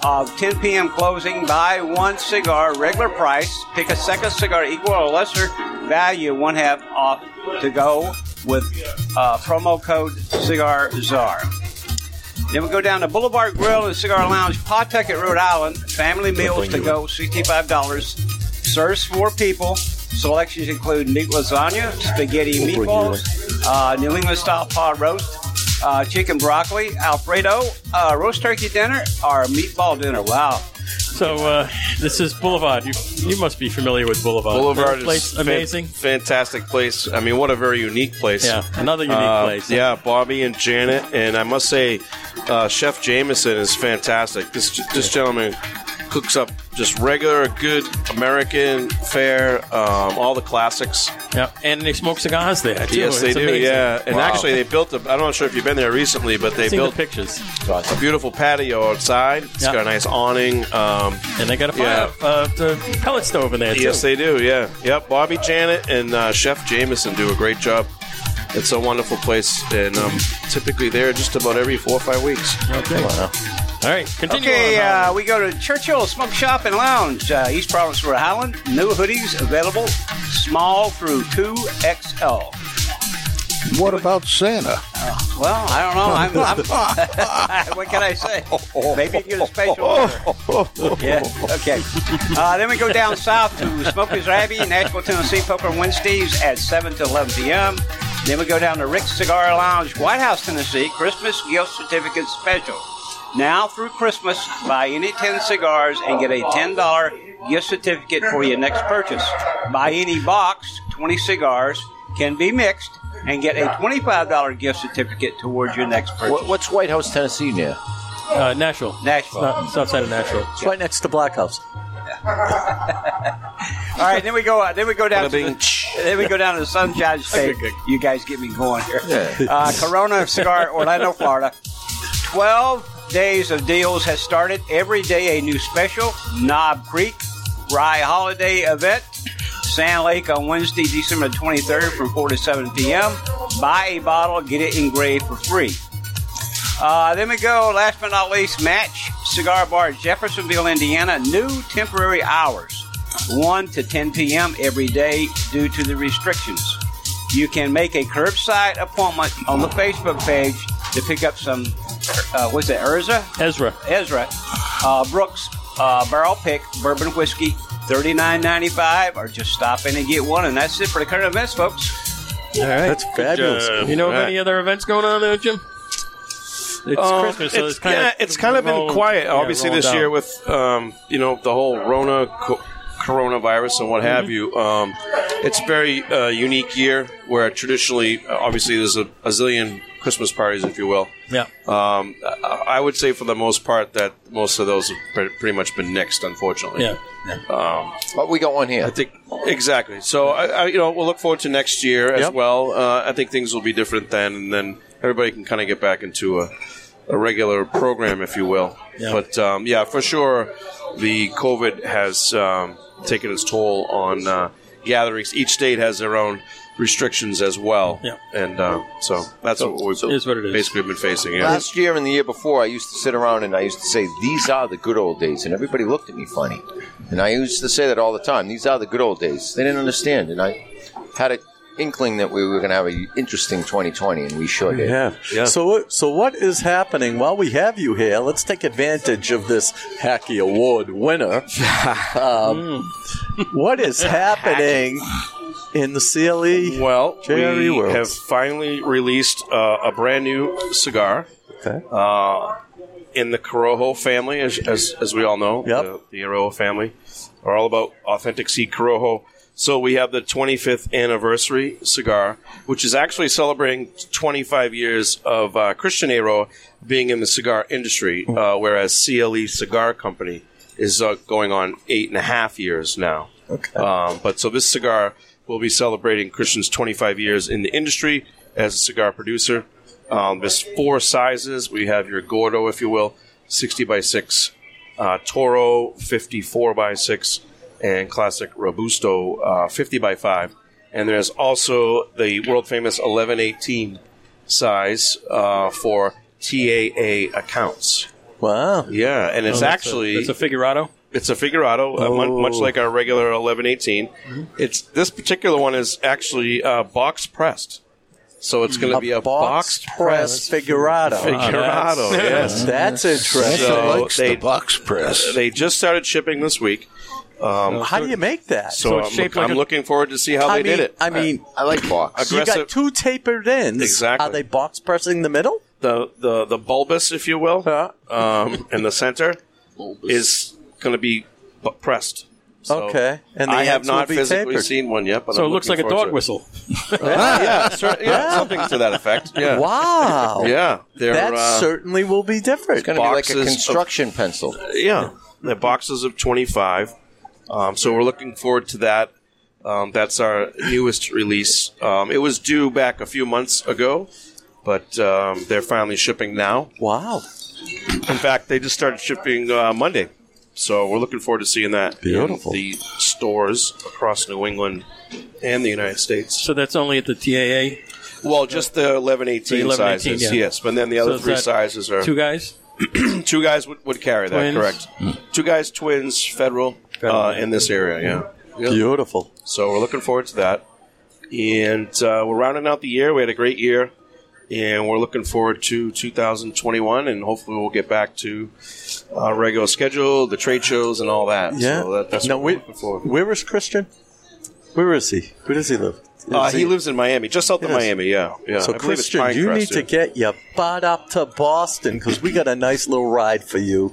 D: of 10 p.m. closing, buy one cigar, regular price. Pick a second cigar, equal or lesser value, one half off to go with uh, promo code Cigar Czar. Then we go down to Boulevard Grill and Cigar Lounge, Pawtucket, Rhode Island. Family meals to go, $65. Serves four people. Selections include meat lasagna, spaghetti meatballs, uh, New England style pot roast, uh, chicken broccoli, Alfredo, uh, roast turkey dinner, or meatball dinner. Wow.
A: So uh, this is Boulevard. You, you must be familiar with Boulevard.
F: Boulevard is
A: place,
F: fan-
A: amazing.
F: fantastic place. I mean, what a very unique place. Uh,
A: Yeah, another unique place.
F: Yeah, Bobby and Janet, and I must say, uh, Chef Jameson is fantastic. This this gentleman cooks up just regular, good American fare, um, all the classics.
A: Yeah, and they smoke cigars there. Too.
F: Yes, they
A: It's
F: do.
A: amazing.
F: Yeah, and
A: Wow.
F: actually, they built a. I'm not sure if you've been there recently, but they
A: Seen the
F: built
A: pictures.
F: a beautiful patio outside. It's
A: Yeah.
F: got a nice awning, um,
A: and they got a fire, uh, the pellet stove in there.
F: Yes,
A: too.
F: they do. Yeah, yep. Bobby Janet and uh, Chef Jameson do a great job. It's a wonderful place, and um, typically there just about every four or five weeks.
A: Okay. All right, continue.
D: Okay,
A: on,
D: uh, we go to Churchill Smoke Shop and Lounge, uh, East Providence, Rhode Island. New hoodies available, small through 2XL.
H: What about Santa?
D: Oh, Well, I don't know. I'm, I'm, *laughs* what can I say? Maybe if you're a special order. Yeah, okay. Uh, then we go down south to Smokers Abbey, Nashville, Tennessee, Poker Wednesdays at 7 to 11 p.m. Then we go down to Rick's Cigar Lounge, White House, Tennessee, Christmas gift certificate special. Now through Christmas, buy any 10 cigars and get a $10 gift certificate for your next purchase. Buy any box, 20 cigars can be mixed, and get a $25 gift certificate towards your next purchase.
E: What, what's White House, Tennessee near?
A: uh, Nashville. It's,
D: Nashville.
A: not, it's outside of Nashville.
B: It's right next to Black House.
D: All right, then we go. Uh, then we go down. To the,
F: Ba-da-bing.
D: then we go down to the Sunshine State. You guys get me going here. Uh, Corona Cigar, Orlando, Florida. Twelve days of deals has started. Every day a new special. Knob Creek Rye Holiday Event. Sand Lake on Wednesday, December 23rd from 4 to 7 p.m. Buy a bottle, get it engraved for free. Uh, then we go, last but not least, Match Cigar Bar, Jeffersonville, Indiana. New temporary hours, 1 to 10 p.m. every day due to the restrictions. You can make a curbside appointment on the Facebook page to pick up some, uh, what's it, Urza?
A: Ezra.
D: Ezra uh, Brooks uh, Barrel Pick Bourbon Whiskey, thirty nine ninety five, or just stop in and get one. And that's it for the current events, folks.
A: All right.
B: That's fabulous.
F: job.
A: you know of
F: All right.
A: any other events going on there, Jim? It's
F: Uh,
A: Christmas, so it's kind
F: yeah,
A: of
F: it's kind of been quiet. Obviously, this year with um, you know the whole Rona co- coronavirus and what have
A: Mm-hmm.
F: you. Um, it's a very uh, unique year where traditionally, uh, obviously, there's a, a zillion Christmas parties, if you will.
A: yeah.
F: Um, I I would say for the most part that most of those have pre- pretty much been nixed, unfortunately. Um,
A: Yeah.
E: But we got one
F: I
E: here.
F: think exactly. So I, I, you know, we'll look forward to next year as
B: Yep.
F: well. Uh, I think things will be different then, and then everybody can kind of get back into a, a regular program, if you will.
A: Yeah.
F: But um, yeah, for sure, the COVID has um, taken its toll on uh, gatherings. Each state has their own restrictions as well,
A: Yeah.
F: and uh, so that's what we've
A: is what it is.
F: basically been facing. Yeah.
E: Last year and the year before, I used to sit around and I used to say, These are the good old days. And everybody looked at me funny. And I used to say that all the time. These are the good old days. They didn't understand. And I had an inkling that we were going to have an interesting 2020, and we sure did.
B: Yeah.
F: Yeah.
B: So, what- so what is happening while we have you here? Let's take advantage of this Hacky Award winner. Um, What is happening in the E CLE?
F: Well,
B: Jerry
F: we
B: Worlds.
F: have finally released uh, a brand new cigar
B: Okay.
F: uh, in the Corojo family, as, as, as we all know.
B: Yep.
F: The, the Corojo family are all about authentic seed Corojo. So we have the 25th anniversary cigar, which is actually celebrating 25 years of uh, Christian Aero being in the cigar industry,
B: Mm.
F: uh, whereas CLE Cigar Company is uh, going on eight and a half years now. Okay. Um, but so this cigar will be celebrating Christian's 25 years in the industry as a cigar producer. Um, there's four sizes. We have your Gordo, if you will, 60 by 6, uh, Toro, 54 by 6, and classic Robusto uh, 50 by 5. And there's also the world famous 1118 size uh, for TAA accounts.
B: Wow.
F: Yeah, and it's
A: Oh, that's
F: actually
A: a, it's a figurado.
F: it's a figurado, uh, mu-
A: Oh. Mm-hmm.
F: much like our regular 1118. It's this particular one is actually uh, box pressed, so it's going to be a box
B: press figurado.
F: figurado. yes,
B: That's interesting.
F: So they-
H: box press.
F: they just started shipping this week. Um,
B: How do you make that?
F: so
A: so it's
F: I'm,
A: shaped
F: I'm
A: like a-
F: looking forward to see how
B: I
F: they
B: mean,
F: did it.
B: I mean,
E: I like box.
B: you
F: Aggressive-
B: got two tapered ends.
F: Exactly.
B: Are they box pressing the middle?
F: the the the bulbous, if you will,
B: Yeah.
F: um, in the center is going to be bu- pressed. So
B: Okay. And the
F: I have
B: ends will
F: not
B: be
F: physically
B: tapered.
F: seen one yet, but
A: So
F: I'm
A: it looks like
F: looking
A: a dog
F: forward to
A: whistle.
F: it. Ah, yeah, cer- *laughs* yeah, something to that effect. *laughs* Yeah,
B: Wow.
F: yeah, they're,
B: That
F: uh,
B: certainly will be different.
E: It's going to be like a
F: boxes of-
E: construction pencil.
F: yeah, they're boxes of twenty five. Um, so we're looking forward to that. Um, that's our newest release. Um, it was due back a few months ago, but um, they're finally shipping now.
B: Wow.
F: In fact, they just started shipping uh, Monday, so we're looking forward to seeing that. in
B: Beautiful.
F: the stores across New England and the United States.
A: So that's only at the TAA.
F: Well, just the eleven eighteen
A: The 11, 18,
F: sizes,
A: yeah.
F: yes. But then the other
A: So is
F: three
A: that
F: sizes are
A: Two guys.
F: *clears throat* two guys would, would carry that,
A: Twins? Hmm.
F: correct? Two guys, twins, federal, Uh, in this area, yeah.
B: Beautiful.
F: So we're looking forward to that, and uh, we're rounding out the year. We had a great year, and we're looking forward to 2021, and hopefully we'll get back to our regular schedule, the trade shows, and all that.
B: Yeah.
F: so that, that's
B: no,
F: what
B: we-
F: we're looking forward. to.
B: where is Christian? Where is he? Where does he live?
F: Uh,
B: Is
F: he lives in Miami, just south of
B: Yes.
F: Miami. Yeah, yeah.
B: So,
F: I believe it's
B: Christian, you
F: Pinecrest,
B: need to
F: yeah.
B: get your butt up to Boston because we got a nice little ride for you.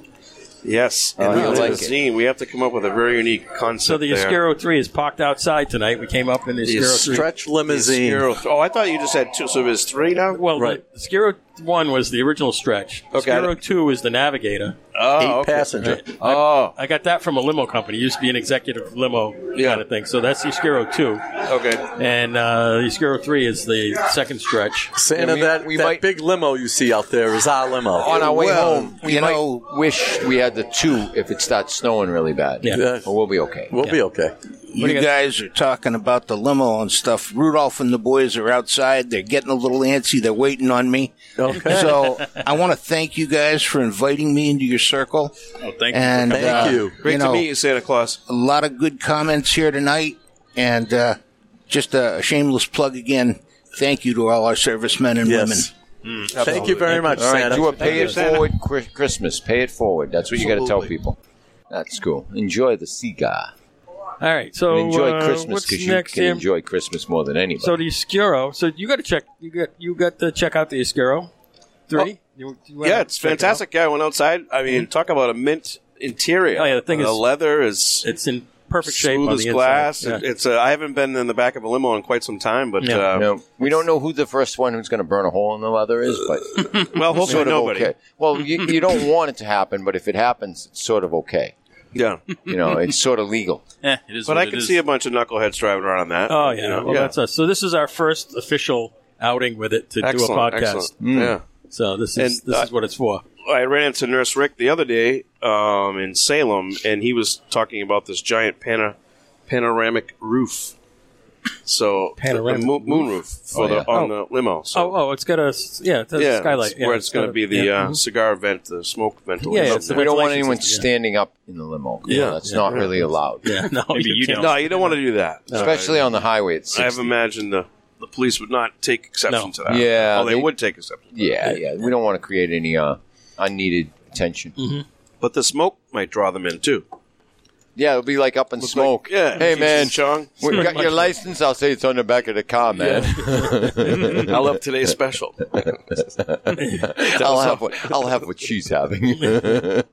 F: yes, and
E: I
F: the
E: like Oh, it.
F: cuisine. We have to come up with a very unique concept.
A: So the
F: there.
A: Escaro Three is parked outside tonight. We came up in the
F: The
A: Escaro Three.
B: Stretch
F: The
B: limousine.
F: Escuro- Oh, I thought you just had two. So there's three now.
A: Well,
B: Right.
A: the Skiro one was the original stretch.
F: Okay.
A: Skiro two is the Navigator.
F: Oh,
B: Eight
F: okay.
B: passenger.
F: Oh,
A: I got that from a limo company. It used to be an executive limo
F: Yeah.
A: kind of thing. So that's the Skiro two,
F: okay.
A: and uh, the Skiro three is the second stretch.
B: Santa,
E: Yeah, we-
B: that,
E: we
B: that
E: might-
B: big limo you see out there is our limo.
E: On our way
H: Well,
E: home, we
H: you
E: might
H: know-
E: wish we had the two if it starts snowing really bad.
A: Yeah.
B: Yeah.
E: But we'll be okay.
B: We'll be okay.
H: You guys are talking about the limo and stuff. Rudolph and the boys are outside. They're getting a little antsy. They're waiting on me.
B: Okay. *laughs*
H: So I want to thank you guys for inviting me into your circle.
G: Oh, thank you.
H: And
B: Thank
H: uh,
B: you.
F: Great
H: know,
F: to meet you, Santa Claus.
H: a lot of good comments here tonight, and uh, just a shameless plug again. Thank you to all our servicemen and women.
B: Yes.
E: Hmm.
B: Thank you very much,
E: All right,
B: Santa.
E: do a pay it forward Chri- Christmas. Pay it forward. That's what you got to tell people. That's cool. Enjoy the cigar.
A: All right. So
E: And enjoy
A: uh,
E: Christmas
A: what's
E: because you
A: next
E: can
A: here?
E: enjoy Christmas more than anybody.
A: So the Escuro. So you got to check. You got you got to check out the Escuro three. You- you wanna
F: Oh. Yeah, it's
A: check it out?
F: fantastic. yeah, I went outside. I mean,
E: Mm-hmm.
F: talk about a mint interior.
A: Oh, yeah, the thing
F: the
A: is-
F: leather is
A: It's in perfect shape
F: smooth
A: on
F: as
A: the
F: glass.
A: inside.
F: It- It's uh, I haven't been in the back of a limo in quite some time, but
A: No.
F: uh,
E: No, we don't know who the first one who's going to burn a hole in the leather is, but
F: *laughs* well, hopefully
E: sort of
F: nobody.
E: okay. Well, you,
F: *laughs*
E: you don't want it to happen, but if it happens, it's sort of okay.
F: Yeah,
E: You know, it's sort of legal.
G: Eh, it is what
F: but I
G: it
F: can
G: is.
F: see a bunch of knuckleheads driving around on that.
A: Oh
F: *laughs*
A: yeah.
F: You know,
A: well, that's us. So this is our first official outing with it to do a
F: Excellent,
A: podcast. Mm.
F: excellent.
A: So this is
F: And,
A: this
F: uh,
A: is what it's for.
F: Yeah, I ran into Nurse Rick the other day um, in Salem, and he was talking about this giant pana- panoramic roof. So
A: Panoramic
F: a mo- moon roof for
E: Oh,
F: the
E: yeah.
F: on the limo. So
A: Oh, oh, it's got a s- yeah, it's a
F: yeah,
A: skylight.
F: it's
A: Yeah,
F: where it's, going
A: got
F: to be
A: a-
F: the *laughs*
A: yeah. Mm-hmm.
F: uh, cigar vent, the smoke vent. or
A: Yeah,
F: something.
A: it's the
E: We don't want
A: ventilation
E: anyone
A: system,
E: standing up in the limo.
A: Yeah,
E: that's
A: yeah.
E: not really allowed,
A: yeah, no,
G: *laughs* Maybe you don't.
F: *laughs* No, you don't want to do that.
E: especially on the highway. It's
F: I have imagined the, the police would not take exception
A: No.
F: to that.
E: Yeah,
F: Oh, they,
E: they-
F: would take exception.
E: yeah, yeah. We don't want to create any uh, unneeded attention.
A: Mm-hmm.
F: But the smoke might draw them in too.
E: Yeah, it'll be like up in smoke.
F: like- yeah.
E: Hey,
F: Jesus,
E: man.
F: Chong.
E: We got your license. I'll say it's on the back of the car, man.
F: *laughs* I love today's special.
E: *laughs* I'll have what I'll have what she's having.
A: *laughs*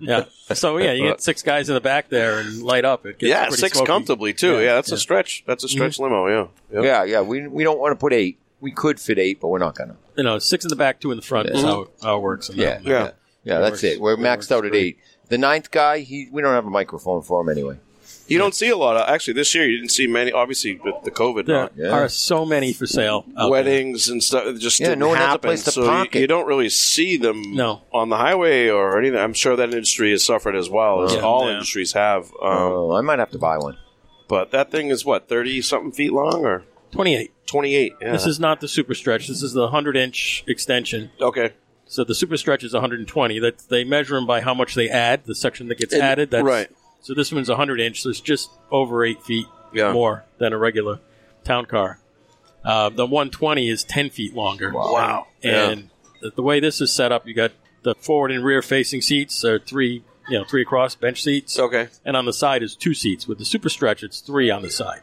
A: Yeah. *laughs* So yeah, you get six guys in the back there and light up. It gets
F: yeah,
A: pretty
F: six
A: smoky.
F: comfortably too. Yeah, that's a
A: yeah. Mm-hmm.
F: stretch. That's a stretch limo. Yeah. Yep.
E: yeah, yeah. We we don't want to put eight. We could fit eight, but we're not gonna.
A: You know, six in the back, two in the front is how, how it works. in
E: Yeah,
A: that.
E: yeah, yeah.
F: Yeah.
E: that's it. We're maxed out at eight. The ninth guy, he we don't have a microphone for him anyway.
F: You don't see a lot of actually this year. You didn't see many, obviously with the COVID.
A: There
F: not.
A: are so many for sale. out
F: Weddings and stuff it just
A: Yeah,
F: didn't
A: no one has a
F: happen.
A: place to
F: so you-
A: park
F: You,
A: it.
F: don't really see them
A: No.
F: on the highway or anything. I'm sure that industry has suffered as well as
E: Yeah.
F: all
E: Yeah.
F: industries have. Um,
E: I might have to buy one.
F: But that thing is what thirty something feet long or
A: Twenty-eight.
F: Twenty-eight. Yeah.
A: This is not the super stretch. This is the 100 inch extension.
F: Okay.
A: So the super stretch is 120. That they measure them by how much they add. The section that gets
F: And-
A: added. That's,
F: right.
A: So this one's 100 inch. So it's just over eight feet
F: Yeah.
A: more than a regular town car. Uh, the 120 is 10 feet longer.
F: Wow. Yeah.
A: And the, the way this is set up, you got the forward and rear facing seats are three, you know, three across bench seats.
F: Okay.
A: And on the side is two seats. With the super stretch, it's three on the side.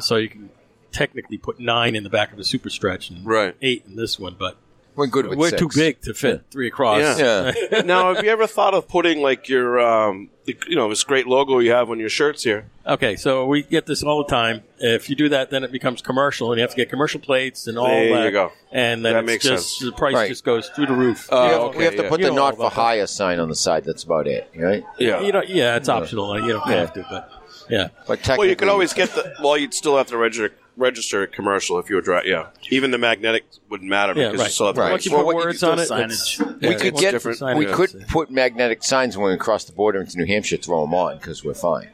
A: So you can technically put nine in the back of the super stretch and
F: Right.
A: eight in this one, but
E: we're
F: good with
A: We're
F: six.
A: too big to fit three across.
F: Yeah. now, have you ever thought of putting like your, um, the- you know, this great logo you have on your shirts here?
A: *laughs* okay, so we get this all the time. If you do that, then it becomes commercial, and you have to get commercial plates and all
F: There
A: that.
F: you go.
A: And then
F: That
A: it's
F: makes
A: just
F: sense. Uh,
A: the price
E: Right.
A: just goes through the roof.
E: we have, we have to put
A: Uh, You
E: the
A: know all
E: not for
A: about that.
E: hire sign on the side. That's about it, right?
A: You don't, yeah, it's optional. *laughs* You don't
E: Yeah.
A: have to, but yeah.
E: But technically,
F: Well, you could always get the. Well, you'd still have to register register a commercial if you were dry. Yeah, even the magnetic wouldn't matter
A: Yeah,
F: because you
A: right.
F: still have to
A: Right.
F: register.
A: Once you put Well, what you words can on still it, signage. it's-
E: We
A: yeah,
E: could
A: it's
E: get.
A: different.
E: We
A: Signage.
E: could put magnetic signs when we cross the border into New Hampshire. Throw them on because we're fine.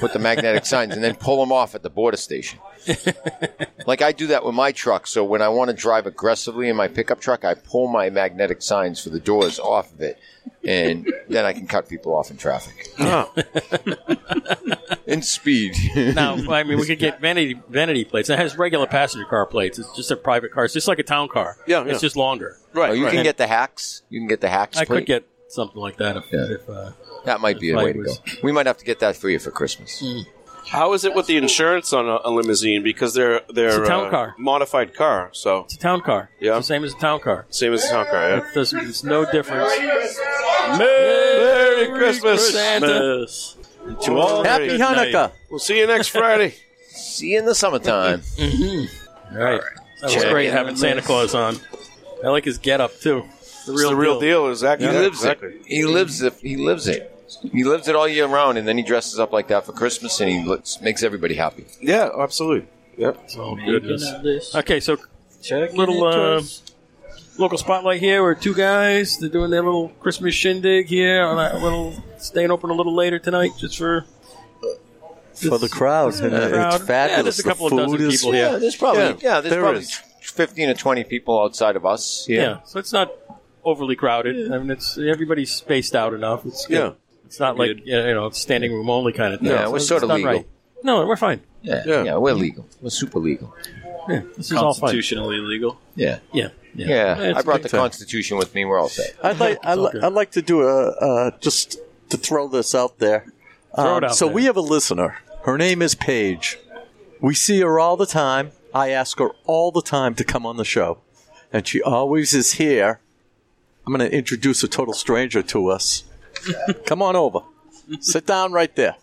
E: Put the
A: *laughs*
E: magnetic signs and then pull them off at the border station. like I do that with my truck. So when I want to drive aggressively in my pickup truck, I pull my magnetic signs for the doors off of it, and then I can cut people off in traffic. and speed.
F: *laughs*
A: now, I mean, we could get vanity vanity plates. It has regular passenger car plates. It's just a private car. It's just like a town car.
E: Yeah, yeah.
A: It's just longer.
E: Right, Oh, you right. can
A: And
E: get the hacks. You can get the hacks.
A: I
E: plate.
A: could get something like that if, if uh,
E: That might be
A: if
E: the
A: I
E: way to go.
A: was- Mm.
E: We might have to get that for you for Christmas.
F: How is it with the insurance on a, a limousine? Because they're they're
A: It's a town
F: uh,
A: car.
F: modified car. So
A: It's a town car.
F: Yeah.
A: It's the same as a town car.
F: Same as a town car, yeah.
A: There's, there's no difference.
F: Merry Christmas,
A: Christmas.
F: To all
A: Happy
F: three.
A: Hanukkah.
F: Night. We'll see you next Friday.
E: *laughs* see you in the summertime.
A: All right. That was
E: Check
A: great
E: in
A: having
E: the
A: Santa
E: list.
A: Claus on. I like his get up, too. The
F: It's the real deal. Exactly.
E: He lives
F: exactly.
E: it. He lives it. He lives it. He lives it all year round, and then he dresses up like that for Christmas, and he looks, makes everybody happy.
F: Yeah, absolutely. Yep.
A: Oh, goodness. Okay, so little uh, local spotlight here. We're two guys. They're doing their little Christmas shindig here. On a little staying open a little later tonight just for
B: for the crowd. and
A: the crowd.
B: Uh,
A: Yeah, there's
B: It's fabulous.
A: a
B: The
A: couple of dozen
B: food is-
A: people here. Yeah,
E: there's probably yeah, there's
B: there
E: probably
B: is.
E: fifteen or twenty people outside of us.
A: yeah. So it's not overly crowded. I mean, it's everybody's spaced out enough. It's good.
E: Yeah.
A: It's not like you know it's standing room only kind of thing.
E: Yeah,
A: So
E: we're
A: it's
E: sorta
A: done
E: legal.
A: right. No, we're fine.
E: yeah, yeah, We're legal. We're super legal.
A: Yeah, this is all fine.
G: Constitutionally legal.
E: Yeah,
A: Yeah,
E: yeah.
A: It's
E: I brought
A: big
E: the
A: time.
E: Constitution with me. We're all set.
B: I'd like I'd, li- I'd like to do a uh, just to throw this out there. Um,
A: Throw it out
B: so
A: there.
B: we have a listener. Her name is Paige. We see her all the time. I ask her all the time to come on the show, and she always is here. I'm going to introduce a total stranger to us. come on over. Sit down right there.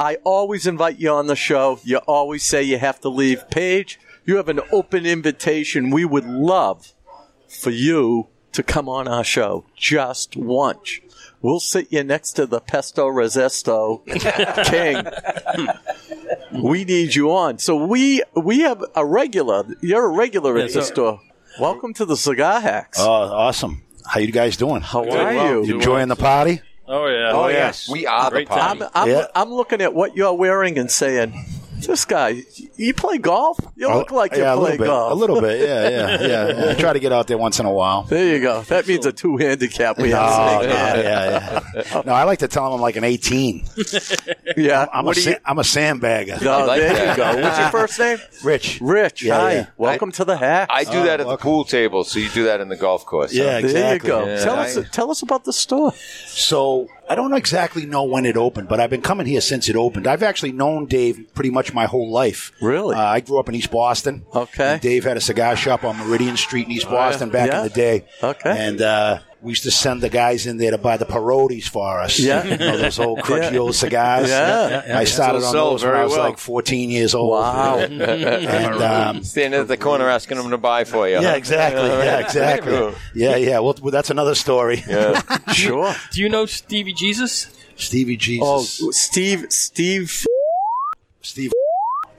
B: I always invite you on the show. You always say you have to leave. Paige, you have an open invitation. We would love for you to come on our show just once. We'll sit you next to the pesto resisto king. We need you on. So we we have a regular. You're a regular at
A: Yeah,
B: the
A: so-
B: store. Welcome to the Cigar Hacks.
K: Oh, awesome. How you guys doing? How
B: are well. you?
K: Enjoying the party?
G: Oh yeah.
K: Oh, yes.
E: We are the
G: Great
E: party.
B: I'm I'm,
K: Yeah.
B: I'm looking at what you're wearing and saying, this guy, you play golf? You look like
K: Oh,
B: you
K: Uh, yeah, a
B: play
K: little bit.
B: golf.
K: A little bit. Yeah,
B: *laughs*
K: yeah, yeah, yeah. I try to get out there once in a while.
B: There you go. That means a two handicap *laughs* we
K: No,
B: have.
K: no,
B: today.
K: Oh, yeah, yeah,
B: *laughs*
K: yeah. no, I like to tell them I'm like an 18. *laughs*
B: yeah.
K: I'm, a,
B: What do
K: sa-
B: you-
K: I'm a sandbagger. *laughs*
B: No,
E: like
B: there
E: that.
B: you go. What's your first name?
K: Rich.
B: Rich.
K: Yeah,
B: hi.
K: yeah.
B: Welcome to the hack.
E: I do that at the pool table, so you do that in the golf course. huh?
K: Yeah,
B: Oh, there
K: exactly.
B: you go.
E: Yeah,
B: tell
E: I-
B: *laughs* us uh, tell us about the store. *laughs*
K: So I don't exactly know when it opened, but I've been coming here since it opened. I've actually known Dave pretty much my whole life.
B: Really?
K: Uh, I grew up in East Boston.
B: Okay. Oh,
K: And Dave had a cigar shop on Meridian Street in East Boston back
B: Yeah.
K: in the day.
B: Okay.
K: And uh, we used to send the guys in there to buy the parodies for us.
B: *laughs* Yeah.
K: You know, those old crutchy old cigars.
B: Yeah. Yeah,
K: I started
F: Those
K: on
F: sell
K: those when
F: very
K: I was
F: well.
K: like 14 years old.
E: *laughs*
B: Wow.
K: *laughs* And, um,
E: Standing at the corner asking them to buy for you.
K: yeah,
E: *laughs*
K: exactly. Yeah, exactly. Yeah, yeah. Well, that's another story. *laughs*
B: sure.
A: *laughs* Do you know Stevie Jesus?
K: Stevie Jesus.
B: Oh, Steve Steve
K: Steve.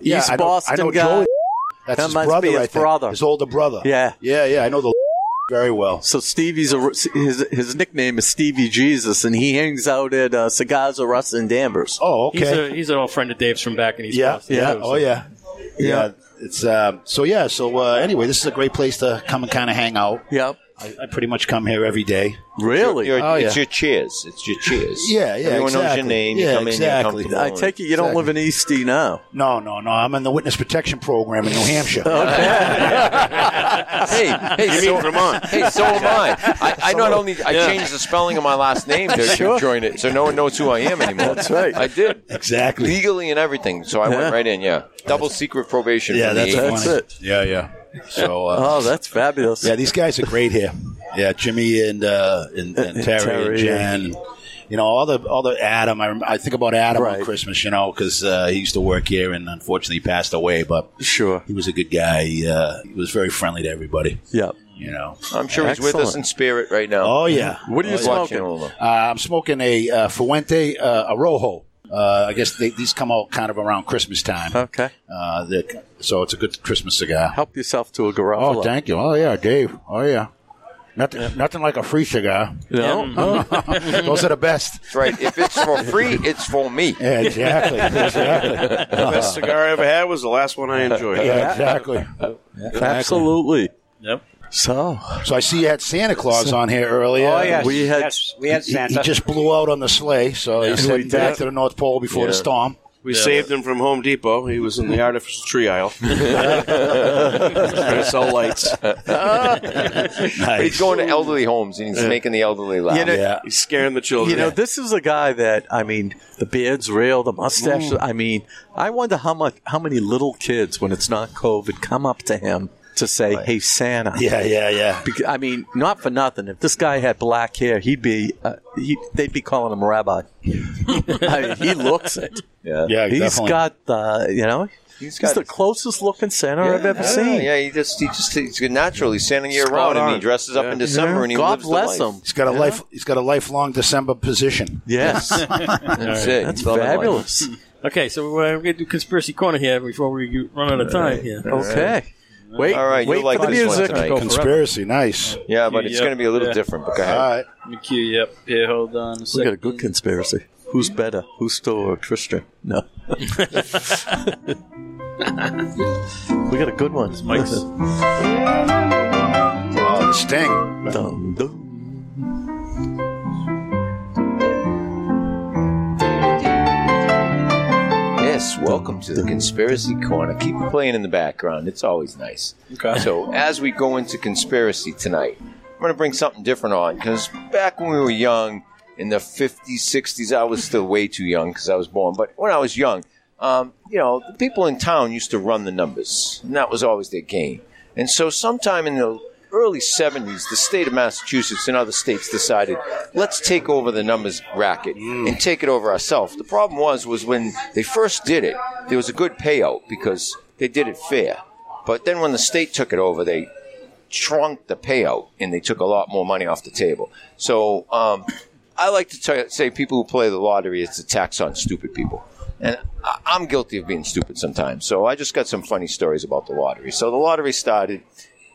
B: East
K: I know-
B: Boston
K: I know,
B: guy.
K: Joey. That's
B: That
K: his
B: must be
K: brother,
B: his
K: I think.
B: brother.
K: His older brother.
B: Yeah.
K: Yeah, yeah. I know the *laughs* very well.
B: So Stevie's a, his his nickname is Stevie Jesus, and he hangs out at uh, Cigars of Russ and Danvers.
K: Oh,
A: He's, a, he's an old friend of Dave's from back in East
K: Yeah,
A: Boston.
K: yeah.
A: too, so-
K: Oh,
A: *laughs*
K: yeah. Yeah. It's uh, so yeah. So uh, anyway, this is a great place to come and kind of hang out.
B: Yep.
K: I, I pretty much come here every day.
B: Really?
E: Your,
K: Oh,
E: It's
K: yeah.
E: your cheers. It's your cheers.
K: *laughs* Yeah, yeah,
E: Everyone knows
K: exactly.
E: your name.
K: Yeah,
E: you come
K: exactly.
E: in, you're
K: I
E: comfortable.
K: take it you don't
B: live in Eastie now.
K: No, no, no. I'm in the witness protection program in New *laughs* Hampshire.
E: *laughs* hey, hey,
K: You
E: so,
K: mean Vermont.
E: Hey, so am I. I, I not only I
K: Yeah.
E: changed the spelling of my last name to
K: *laughs* Sure.
E: join it, so no one knows who I am anymore.
K: That's right.
E: I did
K: Exactly.
E: legally and everything. So I went right in. Yeah, double secret probation.
K: Yeah,
E: from the
K: that's,
E: agents.
K: funny. Yeah, yeah. So, uh,
B: Oh, that's fabulous.
K: Yeah, these guys are great here. Yeah, Jimmy and uh, and, and Terry,
B: *laughs* Terry,
K: and Jan. and, You know all the all the Adam. I, rem- I think about Adam on Christmas. You know because uh, he used to work here and unfortunately he passed away. But
B: sure,
K: he was a good guy. He, uh, he was very friendly to everybody.
B: Yep.
K: You know,
E: I'm sure he's with us in spirit right now.
K: Oh yeah.
E: Watching all of
K: Uh,
E: them.
K: I'm smoking a uh, Fuente uh, Arojo. Uh, I guess they, these come out kind of around Christmas time.
B: Okay.
K: Uh, they're- so it's a good Christmas cigar.
B: Help yourself to a Garofalo.
K: Oh, thank you. Oh yeah, Dave. Oh yeah. Nothing, nothing like a free cigar.
B: No?
K: *laughs* Those are the best.
E: *laughs* That's right. If it's for free, it's for *laughs* me.
K: Yeah, exactly.
F: *laughs* The
K: Exactly.
F: best cigar I ever had was the last one I enjoyed.
K: Yeah, exactly.
B: Absolutely.
G: Yep.
B: So,
K: so I see you had Santa Claus on here earlier.
D: Oh, yes, We had- yes, we had
K: He-
D: Santa.
K: He, just blew out on the sleigh, so
F: Yeah.
K: he's
F: We
K: heading back
F: did.
K: to the North Pole before the
F: Yeah.
K: storm.
F: We saved him from Home Depot. He was in the artificial tree aisle. Trying to sell
E: *laughs*
F: lights.
E: But he's going to elderly homes and he's making the elderly laugh.
B: You know- Yeah.
F: He's scaring the children.
B: You know, this is a guy that I mean, the beard's real, the mustache.
F: Mm.
B: I mean, I wonder how much, how many little kids, when it's not COVID, come up to him to say, "Hey, Santa."
K: Yeah, yeah, yeah.
B: Bec- I mean, not for nothing. If this guy had black hair, he'd be, uh, he, they'd be calling him Rabbi. I mean, he looks it. Yeah,
K: Yeah,
B: He's
K: definitely.
B: got the, you know,
E: He's
B: he's,
E: got-
B: the closest looking Santa I've
E: Yeah,
B: ever seen.
E: Yeah, he just he just he's naturally standing year
B: Spot
E: round and he
B: on.
E: dresses up
B: Yeah.
E: in December
B: Yeah.
E: and he
B: God
E: lives the
B: bless
E: life.
B: him.
K: He's got a
B: Yeah.
K: life. He's got a lifelong December position.
A: *laughs*
B: Yes.
E: That's it.
B: That's
E: He's living life.
B: fabulous.
A: Okay, so uh, we're going to do conspiracy corner here before we run out of time here.
B: Okay. Wait,
E: All right, you
B: wait
E: like
B: for the
E: this one
B: music.
E: tonight. Go for it.
K: Conspiracy, nice.
E: Yeah, but
G: Gee,
E: it's
G: yep,
E: going to be a little
G: yeah.
E: different. But go ahead.
K: All right.
G: Let me queue you up. Yeah, hold on a
B: We got a
G: second.
B: good conspiracy. Who's better? Who's still a Christian?
K: *laughs*
B: No. we got a good one.
G: Mike's-
K: Oh, the sting.
B: Dum, dum.
E: Yes, welcome to the Conspiracy Corner. Keep it playing in the background. It's always nice.
G: Okay.
E: So, as we go into conspiracy tonight, I'm going to bring something different on because back when we were young, in the 50s, 60s, I was still way too young because I was born. But when I was young, um, you know, the people in town used to run the numbers, and that was always their game. And so, sometime in the early 70s, the state of Massachusetts and other states decided, let's take over the numbers racket and take it over ourselves. The problem was, was when they first did it, there was a good payout because they did it fair. But then when the state took it over, they shrunk the payout and they took a lot more money off the table. So um, I like to tell say people who play the lottery, it's a tax on stupid people. And I- I'm guilty of being stupid sometimes. So I just got some funny stories about the lottery. So the lottery started.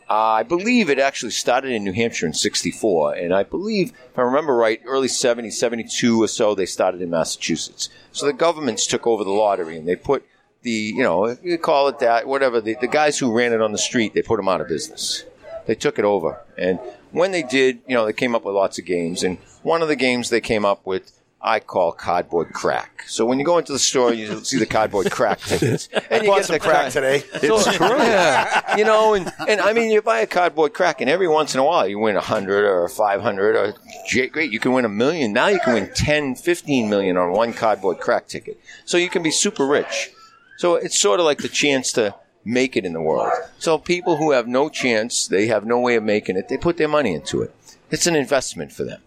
E: Uh, I believe it actually started in New Hampshire in 64, and I believe, if I remember right, early 70, 72 or so, they started in Massachusetts. So the governments took over the lottery, and they put the, you know, you call it that, whatever, the, the guys who ran it on the street, they put them out of business. They took it over. And when they did, you know, they came up with lots of games, and one of the games they came up with, I call cardboard crack. So when you go into the store, you see the cardboard crack tickets. *laughs* And you
K: bought
E: get
K: some
E: the
K: crack today.
E: *laughs* It's true. Yeah. You know, and, and I mean, you buy a cardboard crack, and every once in a while you win a 100 or 500 or j- great, you can win a million. Now you can win 10, 15 million on one cardboard crack ticket. So you can be super rich. So it's sort of like the chance to make it in the world. So people who have no chance, they have no way of making it, they put their money into it. It's an investment for them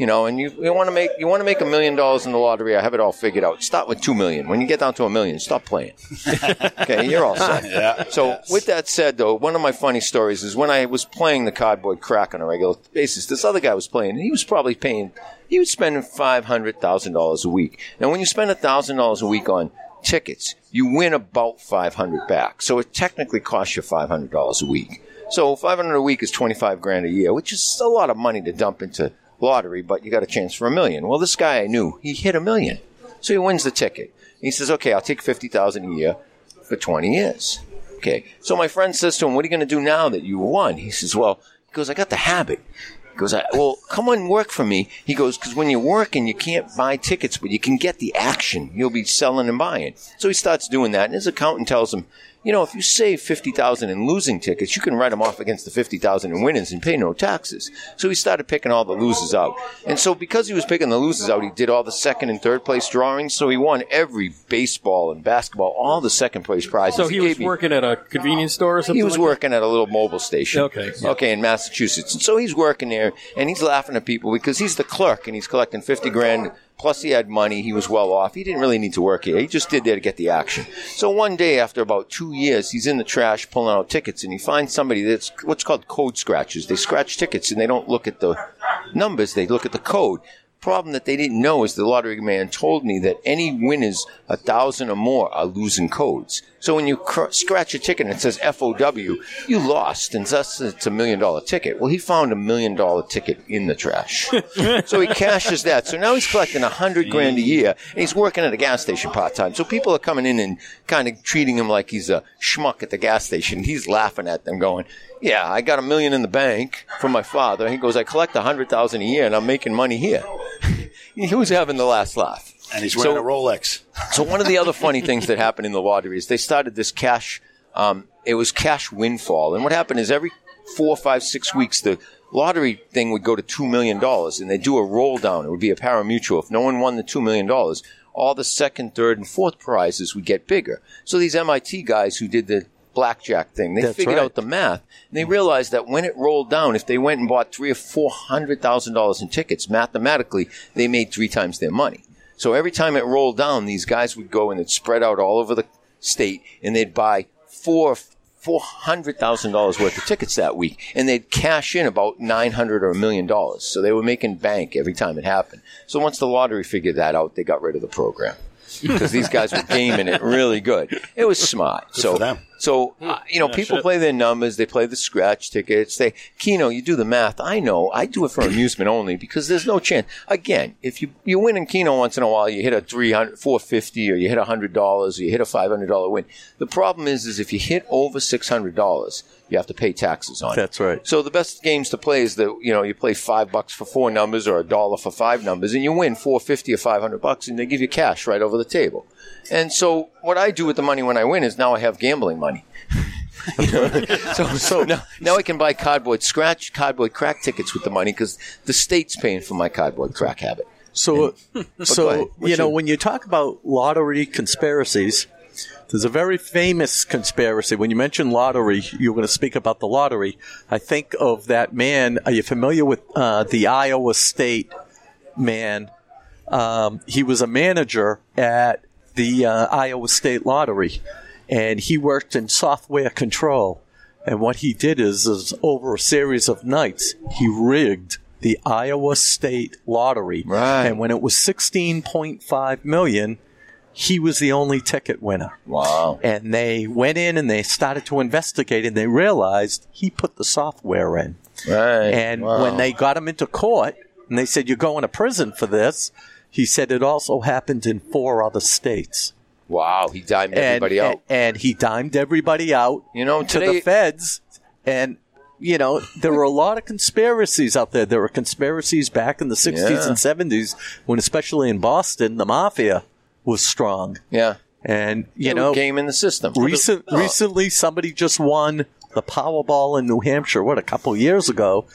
E: you know, and you, you want to make you want to make a million dollars in the lottery. I have it all figured out. Start with two million. When you get down to a million, stop playing. okay, you're all set. So with that said, though, one of my funny stories is when I was playing the cardboard crack on a regular basis. This other guy was playing, and he was probably paying. He was spending five hundred thousand dollars a week. Now, when you spend thousand dollars a week on tickets, you win about 500 back. So it technically costs you $500 a week. So 500 a week is 25 grand a year, which is a lot of money to dump into lottery, but you got a chance for a million. Well, this guy I knew, he hit a million. So he wins the ticket. He says, okay, I'll take 50000 a year for 20 years. Okay. So my friend says to him, what are you going to do now that you won? He says, well, he goes, I got the habit. He goes, I, well, come on, work for me. He goes, because when you're working, you can't buy tickets, but you can get the action. You'll be selling and buying. So he starts doing that, and his accountant tells him, you know, if you save fifty thousand in losing tickets, you can write them off against the fifty thousand in winnings and pay no taxes. So he started picking all the losers out, and so because he was picking the losers out, he did all the second and third place drawings. So he won every baseball and basketball, all the second place prizes.
A: So he was
E: gave me-
A: working at a convenience store or something.
E: he was
A: like
E: working at a little mobile station.
A: Okay.
E: Okay, in Massachusetts. And so he's working there and he's laughing at people because he's the clerk and he's collecting 50 grand. Plus, he had money. He was well off. He didn't really need to work here. He just did there to get the action. So one day, after about two years, he's in the trash pulling out tickets and he finds somebody that's what's called code scratchers. They scratch tickets and they don't look at the numbers, they look at the code problem that they didn't know is the lottery man told me that any winners a thousand or more are losing codes. So when you cr- scratch a ticket and it says FOW, you lost, and thus it's a million dollar ticket. Well, he found a million dollar ticket in the trash, so he cashes that. So now he's collecting a hundred grand a year, and he's working at a gas station part time. So people are coming in and kind of treating him like he's a schmuck at the gas station. He's laughing at them, going, "Yeah, I got a million in the bank from my father." He goes, "I collect a hundred thousand a year, and I'm making money here." *laughs* he was having the last laugh.
K: And he's wearing a
E: Rolex. so one of the other funny things that happened in the lottery is they started this cash. Um, it was cash windfall, and what happened is every four, five, six weeks the lottery thing would go to two million dollars, and they do a roll down. It would be a paramutual. If no one won the two million dollars, all the second, third, and fourth prizes would get bigger. So these MIT guys who did the blackjack thing, they
B: That's
E: figured
B: right.
E: out the math, and they realized that when it rolled down, if they went and bought three or four hundred thousand dollars in tickets, mathematically they made three times their money. So every time it rolled down, these guys would go and they'd spread out all over the state, and they'd buy four four hundred thousand dollars worth of tickets that week, and they'd cash in about nine hundred or a million dollars. So they were making bank every time it happened. So once the lottery figured that out, they got rid of the program because these guys were gaming it really good. It was smart. so so uh, you know,
B: Yeah,
E: people
B: shit.
E: play their numbers. They play the scratch tickets. They Keno, you do the math. I know. I do it
B: *coughs*
E: for amusement only because there's no chance. Again, if you you win in Keno once in a while, you hit a 300, 450 or you hit a hundred dollars or you hit a five hundred dollar win. The problem is, is if you hit over six hundred dollars, you have to pay taxes on it.
B: That's right.
E: So the best games to play is the you know you play five bucks for four numbers or a dollar for five numbers, and you win four fifty or five hundred bucks, and they give you cash right over the table. And so what I do with the money when I win is now I have gambling money. so so now, now I can buy cardboard scratch cardboard crack tickets with the money because the state's paying for my cardboard crack habit.
B: So,
E: But
B: *laughs*
E: go ahead.
B: so
E: What's
B: you know,
E: your-
B: when you talk about lottery conspiracies, there's a very famous conspiracy. When you mention lottery, you're going to speak about the lottery. I think of that man. Are you familiar with uh, the Iowa State man? Um, he was a manager at the uh, Iowa State Lottery, and he worked in software control. And what he did is, is over a series of nights, he rigged the Iowa State Lottery. Right. And when it was 16.5 million, he was the only ticket winner.
E: Wow.
B: And they went in and they started to investigate and they realized he put the software in.
E: Right.
B: And
E: Wow.
B: when they got him into court and they said, You're going to prison for this, he said it also happened in four other states.
E: Wow, he dimed everybody
B: and,
E: out.
B: And he dimed everybody out.
E: You know,
B: to
E: today-
B: the feds. And you know, there were a lot of conspiracies out there. There were conspiracies back in the '60s
E: Yeah.
B: and '70s when, especially in Boston, the mafia was strong.
E: Yeah,
B: and you
E: They were
B: know,
E: gaming the system.
B: Recent,
E: Oh.
B: recently, somebody just won the Powerball in New Hampshire. What a couple years ago.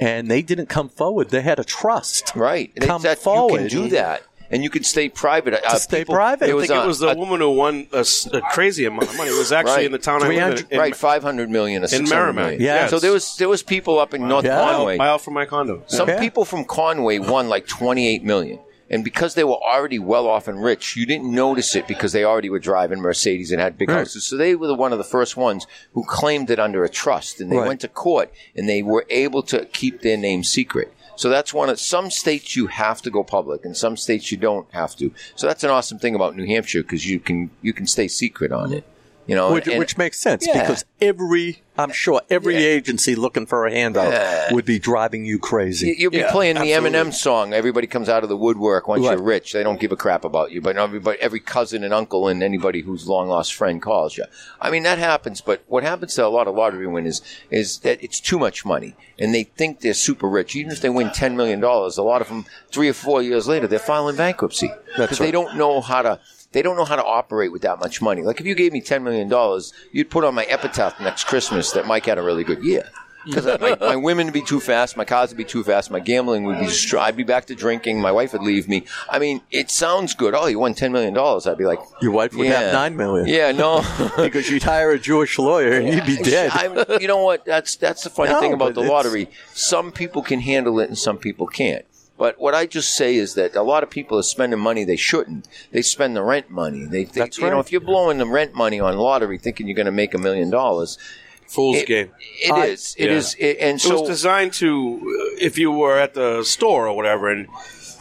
B: And they didn't come forward. They had a trust.
E: Right. And it's
B: Come
E: that
B: forward.
E: You can do that, and you can stay private. Uh, To
B: stay private.
F: I think Uh, it was the woman who won a, s- a crazy amount of money. It was actually in the town I live in. in
E: right, five hundred million, or
F: in
E: 600
F: Merrimack,
E: million.
F: yes.
E: So there was there was people up in North
F: Yeah.
E: Conway,
F: Mile- mile from my condo.
E: Some
F: Yeah.
E: people from Conway won like twenty eight million, and because they were already well off and rich, you didn't notice it because they already were driving Mercedes and had big
B: Right.
E: houses. So they were the, one of the first ones who claimed it under a trust, and they
B: Right.
E: went to court and they were able to keep their name secret. So that's one of some states you have to go public, and some states you don't have to. So that's an awesome thing about New Hampshire because you can you can stay secret on it. You know,
B: which,
E: and-
B: which makes sense
E: Yeah.
B: because every, I'm sure, every agency looking for a handout
E: Yeah.
B: would be driving you crazy.
E: Y- You'll be playing the Eminem song. Everybody comes out of the woodwork once
B: Right.
E: you're rich. They don't give a crap about you. But everybody, every cousin and uncle and anybody who's long lost friend calls you. I mean, that happens. But what happens to a lot of lottery winners is that it's too much money, and they think they're super rich. Even if they win ten million dollars, a lot of them three or four years later they're filing bankruptcy because they
L: right.
E: don't know how to. They don't know how to operate with that much money. Like if you gave me ten million dollars, you'd put on my epitaph next Christmas that Mike had a really good year because my, my women would be too fast, my cars would be too fast, my gambling would be. Dist- I'd be back to drinking. My wife would leave me. I mean, it sounds good. Oh, you won ten million dollars. I'd be like,
B: your wife would have nine million.
E: Yeah, no,
B: *laughs* because you'd hire a Jewish lawyer and you'd be dead.
E: *laughs*
B: *laughs*
E: I, you know what? That's that's the funny
B: No,
E: thing about
B: but
E: the
B: it's-
E: lottery. Some people can handle it, and some people can't. But what I just say is that a lot of people are spending money they shouldn't. They spend the rent money. They, they
L: That's
E: you know,
L: right.
E: if you're blowing the rent money on lottery, thinking you're going to make a million dollars,
F: fool's
E: it-
F: game.
E: It is. It is. it- and so
F: it was designed to, uh, if you were at the store or whatever, and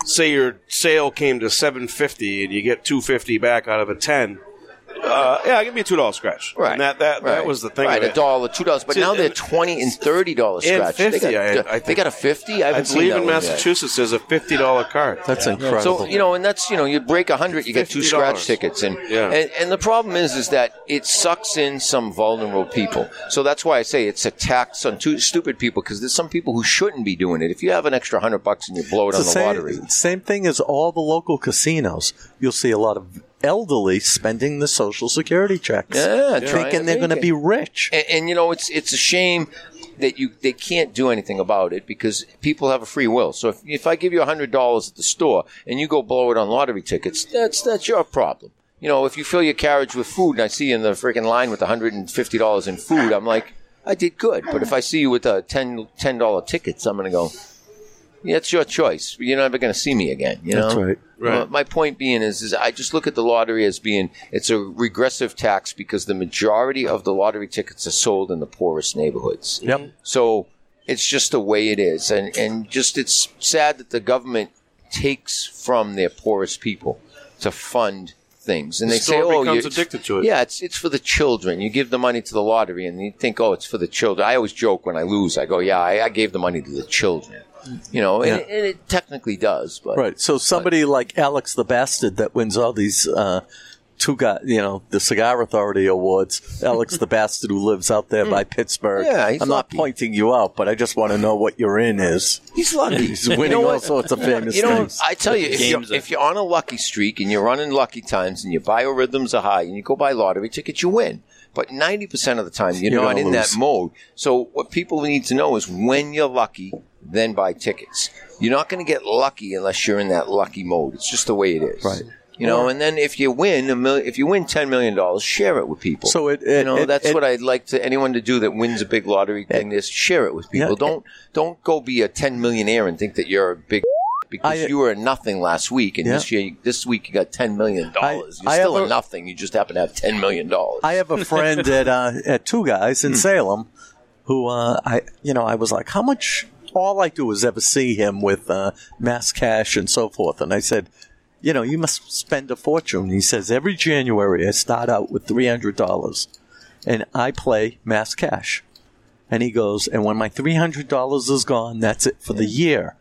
F: say your sale came to seven fifty, and you get two fifty back out of a ten. Uh, yeah, give me a two dollar scratch.
E: Right.
F: And that that, that
E: Right.
F: was the thing.
E: Right,
F: of it.
E: a dollar, two dollars. But
F: See,
E: now they're
F: and-
E: twenty and thirty dollars
F: and
E: scratch. they
F: 50,
E: got,
F: I- I
E: they
F: think.
E: got a fifty. I
F: I,
E: haven't seen
F: believe
E: that
F: in
E: one yet.
F: Massachusetts there's a fifty dollar card.
B: That's incredible.
E: So you know, and that's you know, you break a hundred, you get two
F: $50.
E: scratch tickets, and,
F: Yeah.
E: and and the problem is, is that it sucks in some vulnerable people. So that's why I say it's a tax on two stupid people because there's some people who shouldn't be doing it. If you have an extra hundred bucks and you blow it
B: It's
E: on the
B: same,
E: lottery,
B: Same thing as all the local casinos. You'll see a lot of elderly spending the Social Security checks,
E: Yeah,
B: thinking they're going to be rich.
E: And, and, you know, it's it's a shame that you they can't do anything about it because people have a free will. So if, if I give you hundred dollars at the store and you go blow it on lottery tickets, that's that's your problem. You know, if you fill your carriage with food and I see you in the freaking line with hundred and fifty dollars in food, I'm like, I did good. But if I see you with uh, 10 ten dollar tickets, I'm gonna go. Yeah, it's your choice. You're never going to see me again. You know,
B: That's right. Right.
E: My, my point being is, is I just look at the lottery as being it's a regressive tax because the majority of the lottery tickets are sold in the poorest neighborhoods.
B: Yep.
E: So it's just the way it is, and and just it's sad that the government takes from their poorest people to fund things, and
F: The
E: they say,
F: store
E: "Oh,
F: becomes
E: you
F: addicted to it.
E: Yeah, it's it's for the children. You give the money to the lottery, and you think, "Oh, it's for the children." I always joke when I lose. I go, "Yeah, I, I gave the money to the children." You know, and,
B: Yeah.
E: and it technically does, but
B: Right. So somebody like Alex the Bastard that wins all these uh, two guy, you know, the Cigar Authority awards. Alex the Bastard who lives out
E: *laughs*
B: there by Pittsburgh.
E: Yeah, he's
B: I'm not
E: lucky.
B: pointing you out, but I just want to know what you're in is.
E: He's lucky.
B: *laughs* He's winning
E: You know
B: all
E: what?
B: sorts of famous
E: you know,
B: things.
E: I tell you, if you're, if you're on a lucky streak and you're running lucky times and your biorhythms are high and you go buy lottery tickets, you win. But 90% of the time, you're,
B: You're
E: not
B: gonna
E: in that
B: lose.
E: mode. So what people need to know is when you're lucky, then buy tickets. You're not going to get lucky unless you're in that lucky mode. It's just the way it is. Right. You know, and then if you win a million, if you win ten million dollars, share it with people.
B: So it-
E: you
B: it-
E: know,
B: it-
E: that's
B: it-
E: what I'd like to anyone to do that wins a big lottery thing. Is share it with people.
B: Yeah.
E: don't don't go be a ten millionaire and think that you're a big *laughs* because you were a nothing last week, and
B: Yeah.
E: this year, this week you got ten million dollars. You're
B: I
E: still
B: have
E: a,
B: a-
E: nothing. You just happen to have ten million dollars.
B: I have a
E: *laughs*
B: friend at uh, at Two Guys
E: Hmm.
B: in Salem, who uh, I you know I was like, how much? All I do is ever see him with uh, mass cash and so forth, and I said, you know, you must spend a fortune. And he says every January I start out with three hundred dollars, and I play mass cash, and he goes, and when my three hundred dollars is gone, that's it for the year.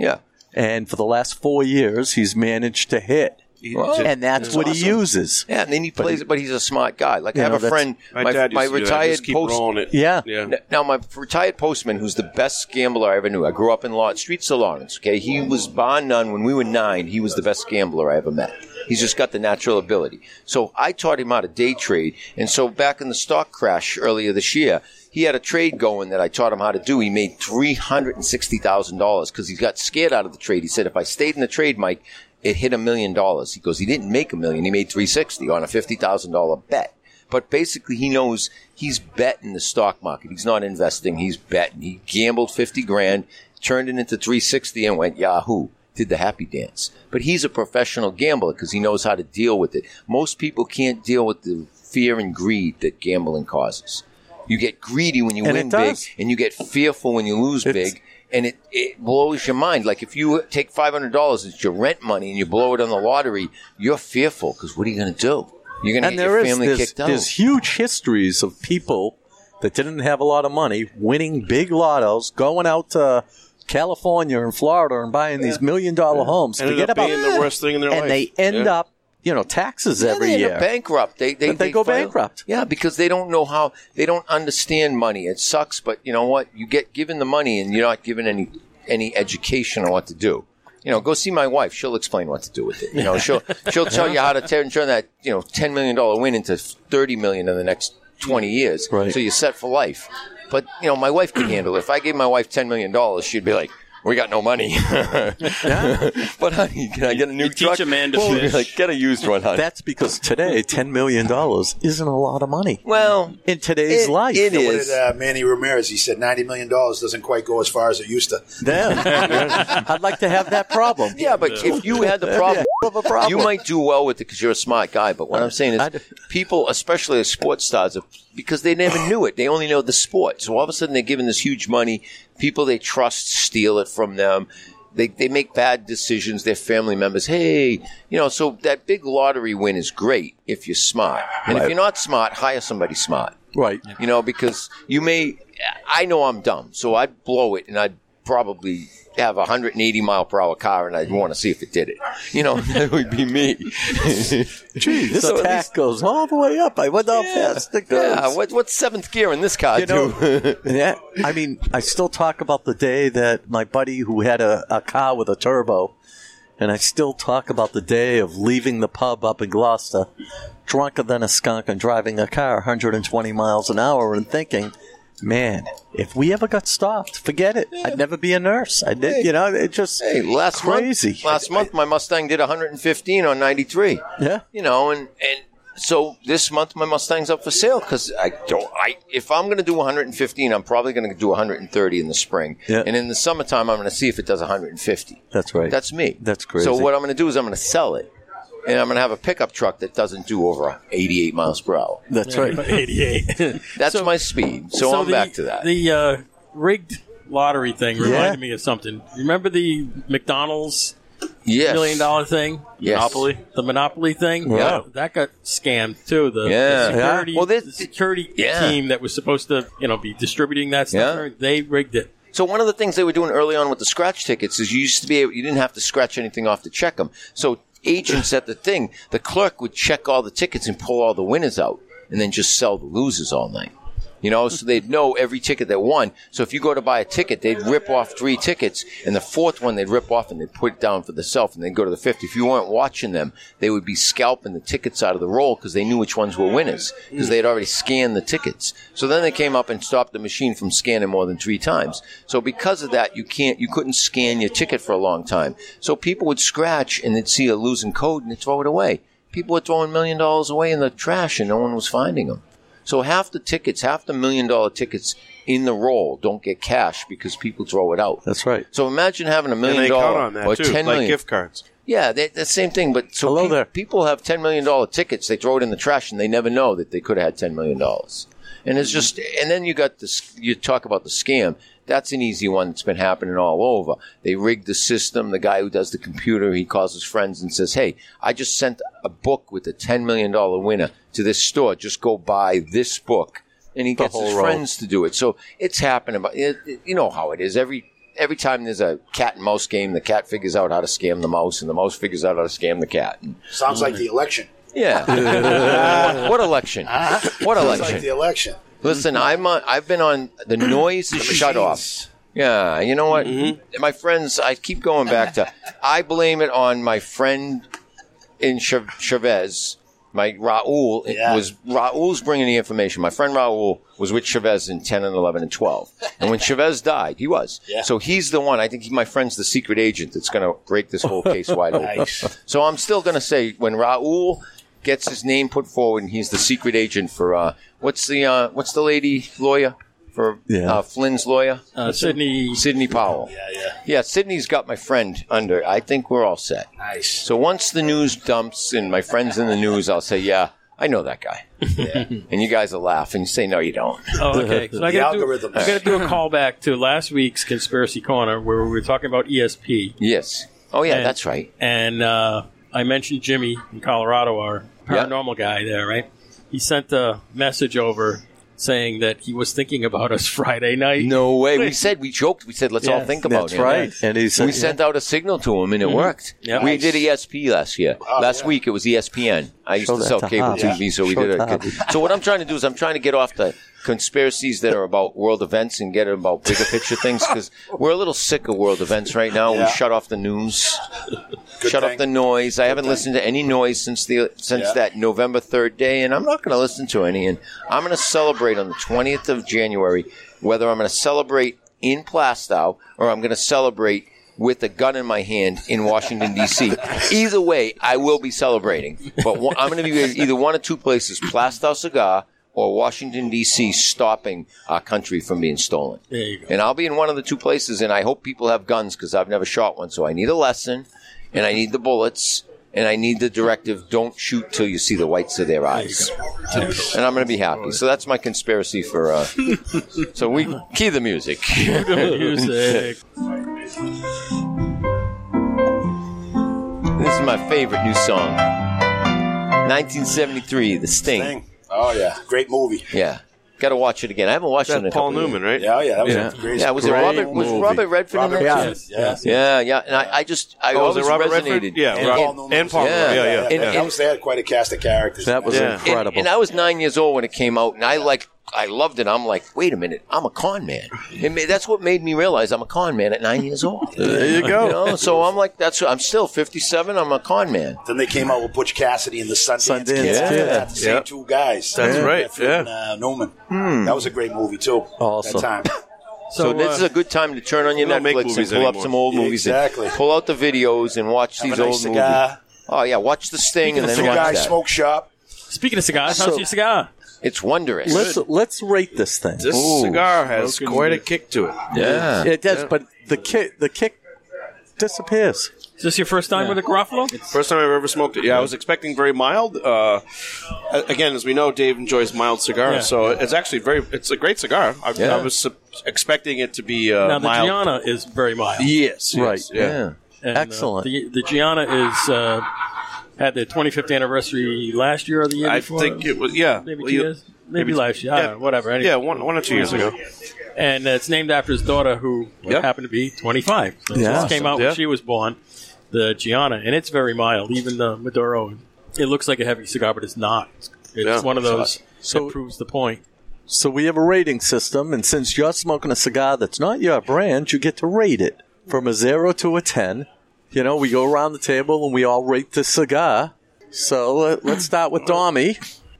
E: Yeah.
B: And for the last four years, he's managed to hit,
E: Well,
B: and that's, what he
E: awesome.
B: uses.
E: Yeah, and then he plays it, but he's a smart guy. Like
B: You
E: I have
B: know,
E: a
B: that's-
E: friend,
F: My
E: my,
F: dad
E: my
F: used to do that.
E: retired
F: Just keep
E: post-
F: rolling it.
B: Yeah.
E: N- Now my retired postman, who's the best gambler I ever knew. I grew up in Law Streets of Lawrence. Okay, he was bar none when we were nine. He was the best gambler I ever met. He's just got the natural ability. So I taught him how to day trade. And so back in the stock crash earlier this year, he had a trade going that I taught him how to do. He made three hundred and sixty thousand dollars because he got scared out of the trade. He said, "If I stayed in the trade, Mike." It hit a million dollars. He goes, he didn't make a million. He made 360 on a $50,000 bet but basically he knows he's betting the stock market. He's not investing. He's betting. He gambled 50 grand, turned it into 360 and went Yahoo. Did the happy dance. But he's a professional gambler because he knows how to deal with it. Most people can't deal with the fear and greed that gambling causes. You get greedy when you
B: And
E: win
B: it
E: big
B: does.
E: and you get fearful when you lose big. and it, it blows your mind. Like if you take five hundred dollars, it's your rent money, and you blow it on the lottery, you're fearful because what are you going to do? You're going to get
B: and there
E: your
B: is
E: family
B: there's,
E: kicked out.
B: there's huge histories of people that didn't have a lot of money winning big lottos, going out to California and Florida and buying these million dollar homes.
F: Ended
B: Forget
F: up
B: about
F: being the worst thing in their
B: and
F: life.
B: they end
F: Yeah.
B: up, you know, taxes every
E: they end
B: year.
E: up bankrupt. They they,
B: But they go bankrupt.
E: Yeah, because they don't know how they don't understand money. It sucks, but you know what? You get given the money, and you're not given any any education on what to do. You know, go see my wife. She'll explain what to do with it. You know,
B: *laughs*
E: she'll she'll tell you how to turn turn that you know ten million dollar win into thirty million in the next twenty years. Right. So you're set for life. But you know, my wife could handle it. If I gave my wife ten million dollars, she'd be like. We got no money, *laughs* but honey, can I get a new truck? Well, we'd be *laughs* like, get a used one, honey.
B: That's because today ten million dollars isn't a lot of money.
E: Well,
B: in today's life,
L: You know, what did, uh, Manny Ramirez, he said $90 million doesn't quite go as far as it used to. *laughs*
B: Yeah. I'd like to have that problem.
E: *laughs* Yeah, but if you had the problem,
B: Of a problem.
E: you might do well with it because you're a smart guy. But what I'm saying is, people, especially as sports stars, are- because they never knew it, they only know the sport. So all of a sudden, they're given this huge money. People they trust steal it from them. They, they make bad decisions. Their family members, hey, you know, so that big lottery win is great if you're smart. And if
B: Right.
E: you're not smart, hire somebody smart.
B: Right.
E: You know, because you may, I know I'm dumb, so I'd blow it and I'd probably have a 180 mile per hour car and I'd want to see if it did it. You know, *laughs* that would be me.
B: Gee, this tack goes all the way up. I went how fast it goes.
E: Yeah, what, what's seventh gear in this car
B: You know,
E: do? *laughs*
B: yeah, I mean, I still talk about the day that my buddy who had a, a car with a turbo, and I still talk about the day of leaving the pub up in Gloucester, drunker than a skunk and driving a car 120 miles an hour and thinking, man, if we ever got stopped, forget it. I'd never be a nurse. I did, you know, it just
E: Hey, last
B: crazy.
E: month, last month my Mustang did 115 on 93.
B: Yeah.
E: you know, and and so this month my Mustang's up for sale because I don't. I if I'm going to do 115, I'm probably going to do 130 in the spring,
B: Yeah.
E: and in the summertime I'm going to see if it does 150.
B: That's right.
E: That's me.
B: That's crazy.
E: So what I'm going to do is I'm going to sell it, and I'm going to have a pickup truck that doesn't do over 88 miles per hour.
A: *laughs*
B: That's right.
A: 88.
E: *laughs* That's my speed. So, I'm
A: the-
E: back to that.
A: The uh, rigged lottery thing reminded
E: Yeah.
A: me of something. Remember the McDonald's
E: Yes.
A: million dollar thing?
E: Yes.
A: Monopoly? The Monopoly thing?
E: Yeah.
A: That got scammed too. The, the
E: Yeah.
A: security,
E: Yeah. Well,
A: the security
E: Yeah.
A: team that was supposed to you know be distributing that stuff,
E: Yeah.
A: they rigged it.
E: So one of the things they were doing early on with the scratch tickets is you used to be able, you didn't have to scratch anything off to check them. So agents at the thing, the clerk would check all the tickets and pull all the winners out, and then just sell the losers all night. You know, so they'd know every ticket that won. So if you go to buy a ticket, they'd rip off three tickets, and the fourth one they'd rip off and they'd put it down for the self, and they'd go to the fifth. If you weren't watching them, they would be scalping the tickets out of the roll because they knew which ones were winners because they had already scanned the tickets. So then they came up and stopped the machine from scanning more than three times. So because of that, you can't, you couldn't scan your ticket for a long time. So people would scratch and they'd see a losing code and they'd throw it away. People were throwing million dollars away in the trash and no one was finding them. So half the tickets, half the million dollar tickets in the roll don't get cash because people throw it out.
B: That's right.
E: So imagine having a
F: and
E: million
F: they count
E: dollar
F: on that
E: or
F: too,
E: ten
F: like
E: million.
F: gift cards.
E: yeah, they, the same thing. But so pe- people have ten million dollar tickets. They throw it in the trash, and they never know that they could have had ten million dollars. And
B: Mm-hmm.
E: it's just, and then you got this. You talk about the scam. That's an easy one that's been happening all over. They rig the system. The guy who does the computer, he calls his friends and says, "Hey, I just sent a book with a ten million dollar winner to this store. Just go buy this book." And he
B: The
E: gets his
B: whole row.
E: friends to do it. So it's happening. About it, it- you know how it is. Every every time there's a cat and mouse game, the cat figures out how to scam the mouse, and the mouse figures out how to scam the cat. *laughs* And
L: Sounds like the election.
E: yeah. what election? What
L: Sounds
E: election?
L: like the election.
E: Listen,
L: Mm-hmm.
E: I'm on, I've been on the noise is shut off. Yeah, you know what?
L: Mm-hmm.
E: My friends, I keep going back to I blame it on my friend in Cha- Chavez. My Raul it
L: Yeah.
E: was Raul's bringing the information. My friend Raul was with Chavez in 10 and 11 and 12. And when Chavez died, he was.
L: Yeah.
E: So he's the one. I think he, my friend's the secret agent that's going to break this whole
L: *laughs*
E: case wide open. So I'm still going to say when Raul gets his name put forward and he's the secret agent for uh, what's the uh, what's the lady lawyer for
B: Yeah.
E: uh, Flynn's lawyer?
A: Uh, Sydney
E: Sydney Powell. Yeah, yeah. Yeah, Sydney's got my friend under. I think we're all set. Nice. So once the news dumps and my friend's in the news, I'll say, yeah, I know that
A: *laughs*
E: guy. and you guys will laugh and you say, no, you don't.
A: Oh,
E: *laughs*
A: okay. So I
E: the
A: got to do,
E: algorithm.
A: I gotta do a callback to last week's conspiracy corner where we were talking about ESP.
E: Yes. Oh, yeah,
A: And-
E: that's right.
A: And uh, I mentioned Jimmy in Colorado, our paranormal guy there, right? He sent a message over saying that he was thinking about us *laughs* Friday night.
E: No way.
A: *laughs*
E: We said we *laughs* joked. We said let's all
A: Yes.
E: think about
A: That's
E: him.
A: right. And he said-
E: we sent out a signal to him, and it
A: Mhm.
E: worked.
A: Yep.
E: We
A: Nice.
E: did ESP last year. last week it was E ESPN. I used
B: Show
E: to
B: that
E: sell
B: to
E: cable
B: Javi.
E: TV, so we
B: Show
E: did
B: to
E: it. So what I'm trying to do is I'm trying to get off the conspiracies that are about world events and get about bigger picture things because we're a little sick of world events right now.
L: Yeah.
E: We shut off the news. Shut off the noise. I haven't listened to any noise since the since
L: Yeah.
E: that November third day, and I'm not going to listen to any. And I'm going to celebrate on the 20th of January, whether I'm going to celebrate in Plastow or I'm going to celebrate with a gun in my hand in Washington *laughs* D.C. either way, I will be celebrating. But one, I'm going to be at either one or two places: Plastow Cigar or Washington D.C. stopping our country from being stolen.
A: There you go.
E: And I'll be in one of the two places, and I hope people have guns because I've never shot one. So I need a lesson, and I need the bullets, and I need the directive don't shoot till you see the whites of their eyes. And I'm going to be happy. So that's my conspiracy
L: *laughs*
E: for. Uh, so we key the music.
A: Cue the
E: *laughs*
A: music.
E: This is my favorite new song 1973, The Sting.
L: Thing. Oh yeah, great movie.
E: Yeah. Got to watch it again. I haven't watched
L: That
E: it in a
L: Paul
E: couple of
L: Newman,
E: years.
L: right? Yeah, yeah, that was a great-
E: yeah, was it
L: great
E: Robert? Was
L: movie.
E: Robert Redford
L: Robert
E: in that?
L: Redford, yes.
E: yeah, yeah. And I, I just, I
L: Oh,
E: always
L: was it Robert
E: resonated.
L: Redford? Yeah, And Rob- Paul Newman. and Paul Newman, yeah, yeah, yeah. That was- they had quite a cast of characters. That was
E: And-
L: incredible.
E: And, I was nine years old when it came out, and I like, I loved it. I'm like, wait a minute, I'm a con man. It ma- that's what made me realize I'm a con man at nine years old.
L: *laughs* There you go.
E: know? So I'm like, that's. I'm still 57. I'm a con man.
L: Then they came out with Butch Cassidy and the Sundance,
E: Sundance
L: Kid.
E: Kid.
L: That's the same
E: Yeah.
L: two guys.
E: That's
L: Yeah.
E: right,
L: Redford And, uh, Newman. That was a great movie too.
E: Awesome.
L: That time.
E: So,
L: *laughs* So, uh,
E: this is a good time to turn on your
L: we don't make
E: Netflix and
L: movies
E: pull up
L: anymore.
E: some old
L: Yeah,
E: movies.
L: exactly.
E: And pull out the videos and watch
L: Have
E: these
L: a nice
E: old
L: cigar.
E: movies. Oh yeah, watch the Sting and then
L: Two
E: watch
L: guys
E: that.
L: smoke shop.
A: Speaking of cigars,
E: So-
A: how's your cigar?
E: It's wondrous.
B: Let's let's rate this thing.
E: This cigar has
B: Smoking
E: quite a
B: good.
E: kick to it. Yeah.
B: it does.
E: Yeah.
B: But the kick the kick disappears.
A: Is this your first time with a Garofalo?
F: First time I've ever smoked it. Yeah, I was expecting very mild. Uh, a- again, as we know, Dave enjoys mild cigars,
A: Yeah.
F: so it's actually very. It's a great cigar. I,
A: Yeah.
F: I was sup- expecting it to be uh,
A: now the
F: mild.
A: Gianna is very mild.
F: Yes, yes, Right, yeah. yeah.
A: uh,
F: Excellent.
A: the, the Gianna is uh, had their 25th anniversary last year or the year
F: I
A: before.
F: think it was yeah,
A: maybe
F: Well,
A: two
F: you-
A: years, maybe,
F: maybe-
A: last year. I
F: yeah.
A: don't know, whatever.
F: Yeah, one- one or two years ago.
A: And uh, it's named after his daughter, who happened to be 25. So
F: Yeah.
A: This came out when
F: Yeah.
A: she was born. The Gianna, and it's very mild. Even the Maduro, it looks like a heavy cigar, but it's not. It's one of those
B: So-
A: that proves the point.
B: So we have a rating system, and since you're smoking a cigar that's not your brand, you get to rate it from a zero to a ten. You know, we go around the table and we all rate the cigar. So let, let's start with Dommy.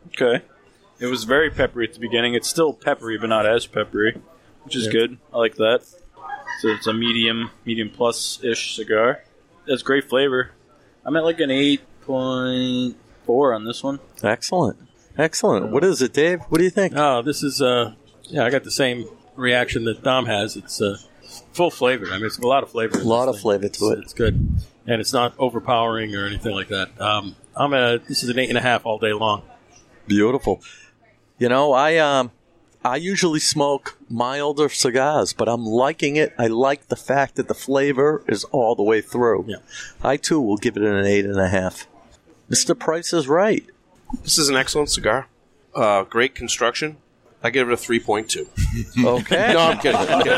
G: Okay. It was very peppery at the beginning. It's still peppery, but not as peppery, which is
A: Yeah.
G: good. I like that. So it's a medium, medium plus ish cigar. That's great flavor. I'm at like an eight point four on this one.
B: Excellent, excellent. What is it, Dave? What do you think?
A: Oh, this is uh, yeah, I got the same reaction that Dom has. It's uh, full flavor. I mean, it's a lot of flavor.
B: A lot of flavor to it.
A: It's good, and it's not overpowering or anything like that. Um, I'm a this is an eight and a half all day long.
B: Beautiful. You know, I um I usually smoke milder cigars, but I'm liking it. I like the fact that the flavor is all the way through. Yeah. I too will give it an eight and a half. Mr. Price is right.
F: This is an excellent cigar. Uh, great construction. I give it a three point two. *laughs*
B: Okay.
F: no, I'm kidding. I'm kidding.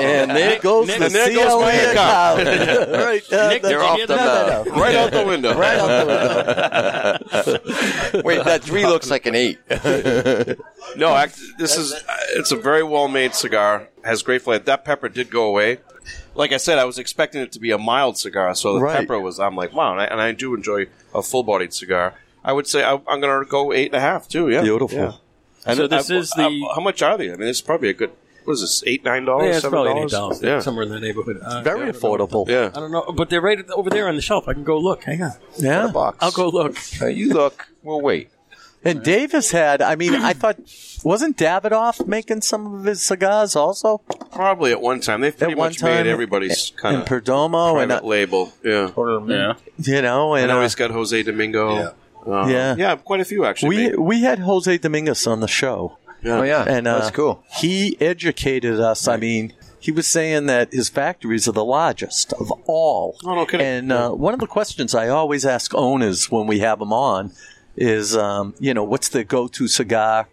B: And there
F: Nick-
B: goes
F: Nick-
B: the
F: and there goes
B: CLA
F: my *laughs*
B: account.
F: account.
B: All right, uh,
F: Nick,
B: that's-
F: you're off the
B: no, no,
F: map.
B: no.
F: Right out the window.
B: Right out the window. *laughs*
E: *laughs* Wait, that three looks like an eight.
F: no, act, this is it's a very well made cigar. Has great flavor. That pepper did go away. Like I said, I was expecting it to be a mild cigar, so the
B: Right.
F: pepper was. I'm like, wow, and I, and I do enjoy a full bodied cigar. I would say I, I'm going to go eight and a half too. Yeah,
B: Beautiful.
F: Yeah.
A: So this is the-
F: how much are they? I mean, it's probably a good. What is this? Eight nine dollars?
A: Yeah, it's
F: seven
A: probably
F: dollars?
A: eight dollars.
F: Yeah.
A: somewhere in the neighborhood. Uh, yeah,
B: Very
A: I don't know.
B: affordable.
F: Yeah.
A: I don't know, but they're right over there on the shelf. I can go look. Hang on.
B: Yeah.
A: I'll go Uh, look.
E: you look. We'll wait.
B: And Davis had, I mean, I thought, wasn't Davidoff making some of his cigars also?
F: Probably at one time. They've pretty
B: one
F: much
B: time,
F: made everybody's
B: and-
F: kind of
B: and Perdomo and,
F: private
B: uh,
F: label. Yeah.
B: You know,
F: I
B: and
F: know
B: uh,
F: he's got Jose Domingo. Uh,
B: yeah,
F: yeah, quite a few actually.
B: We we had Jose Dominguez on the show.
F: Yeah. Oh, yeah.
B: and uh,
F: That's cool.
B: He educated us. I mean, he was saying that his factories are the largest of all.
F: Oh, no kidding.
B: And uh, one of the questions I always ask owners when we have them on is, um, you know, what's their go-to cigar,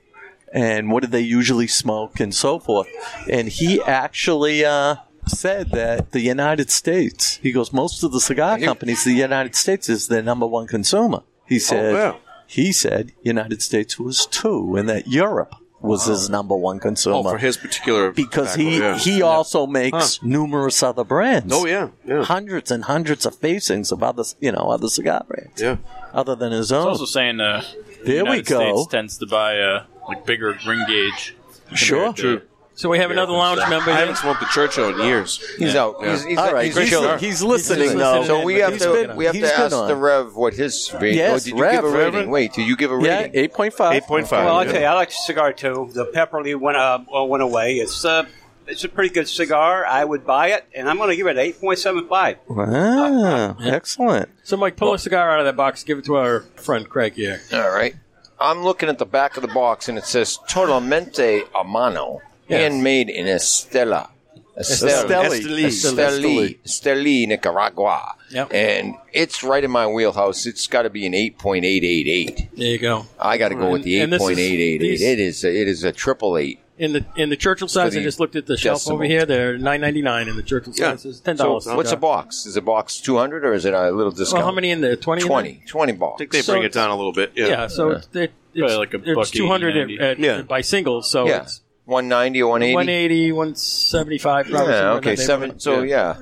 B: and what do they usually smoke, and so forth. And he actually. Uh, Said that the United States, he goes, most of the cigar companies, the United States is their number one consumer.
F: Oh,
B: He said,
F: wow.
B: he said, United States was two, and that Europe was his number one consumer
F: Oh, for his particular
B: because he
F: background, yeah.
B: he also makes numerous other brands.
F: Oh, yeah, yeah.
B: hundreds and hundreds of facings of other you know other cigar brands.
F: Yeah,
B: other than his
G: It's
B: own.
G: also saying uh, the
B: There we
G: United
B: go.
G: States tends to buy uh, like bigger ring gauge. compared
B: Sure.
G: to-
B: True.
A: So we have another lounge
F: I
A: member. here.
F: haven't smoked a Churchill in years.
E: He's
F: Yeah.
E: out.
F: Yeah.
E: He's, he's, he's, chilling. So we have to we have to ask the Rev what his rating.
D: Yes,
E: oh, did you
D: Rev,
E: give a
D: Rev.
E: rating? Wait, did you give a rating?
B: eight point five.
E: Eight point
D: Well, I tell you, I like cigar too. The Pepperly went uh, well, went away. It's uh, it's a pretty good cigar. I would buy it, and I'm going to give it eight point seven five.
B: Wow, Ah, excellent.
A: So, Mike, pull a cigar out of that box. Give it to our friend Craig here.
E: All right. I'm looking at the back of the box and it says Totalmente a mano,
A: Yes.
E: handmade in Estela. Esteli,
A: Esteli.
E: Esteli, Esteli, Esteli, Nicaragua.
A: Yep.
E: And it's right in my wheelhouse. It's got to be an 8.888.
A: There you go.
E: I got to go with the
A: And- and this is-
E: 8.888.
A: these-
E: it is a, it is a triple eight.
A: In the in the Churchill size,
E: For
A: I
E: the
A: just looked at the shelf
E: decimal.
A: over here. They're nine ninety nine in the Churchill sizes. Ten
E: So
A: dollars.
E: what's a box? Is a box 200 or is it a little discount?
A: Well, how many in there? Twenty. in there?
E: 20. 20 box.
A: I think they So bring it it's- down
F: a little bit.
A: Yeah. so it's, it- it's,
E: like a buck
A: it's
E: eighty,
A: two hundred
E: 90.
A: at,
E: Yeah.
A: at by singles. So
E: yeah.
A: it's
E: 190 or 180.
A: 180, 175. probably somewhere
E: Yeah,
A: in
E: okay,
A: that
E: seven.
A: neighborhood.
E: So yeah,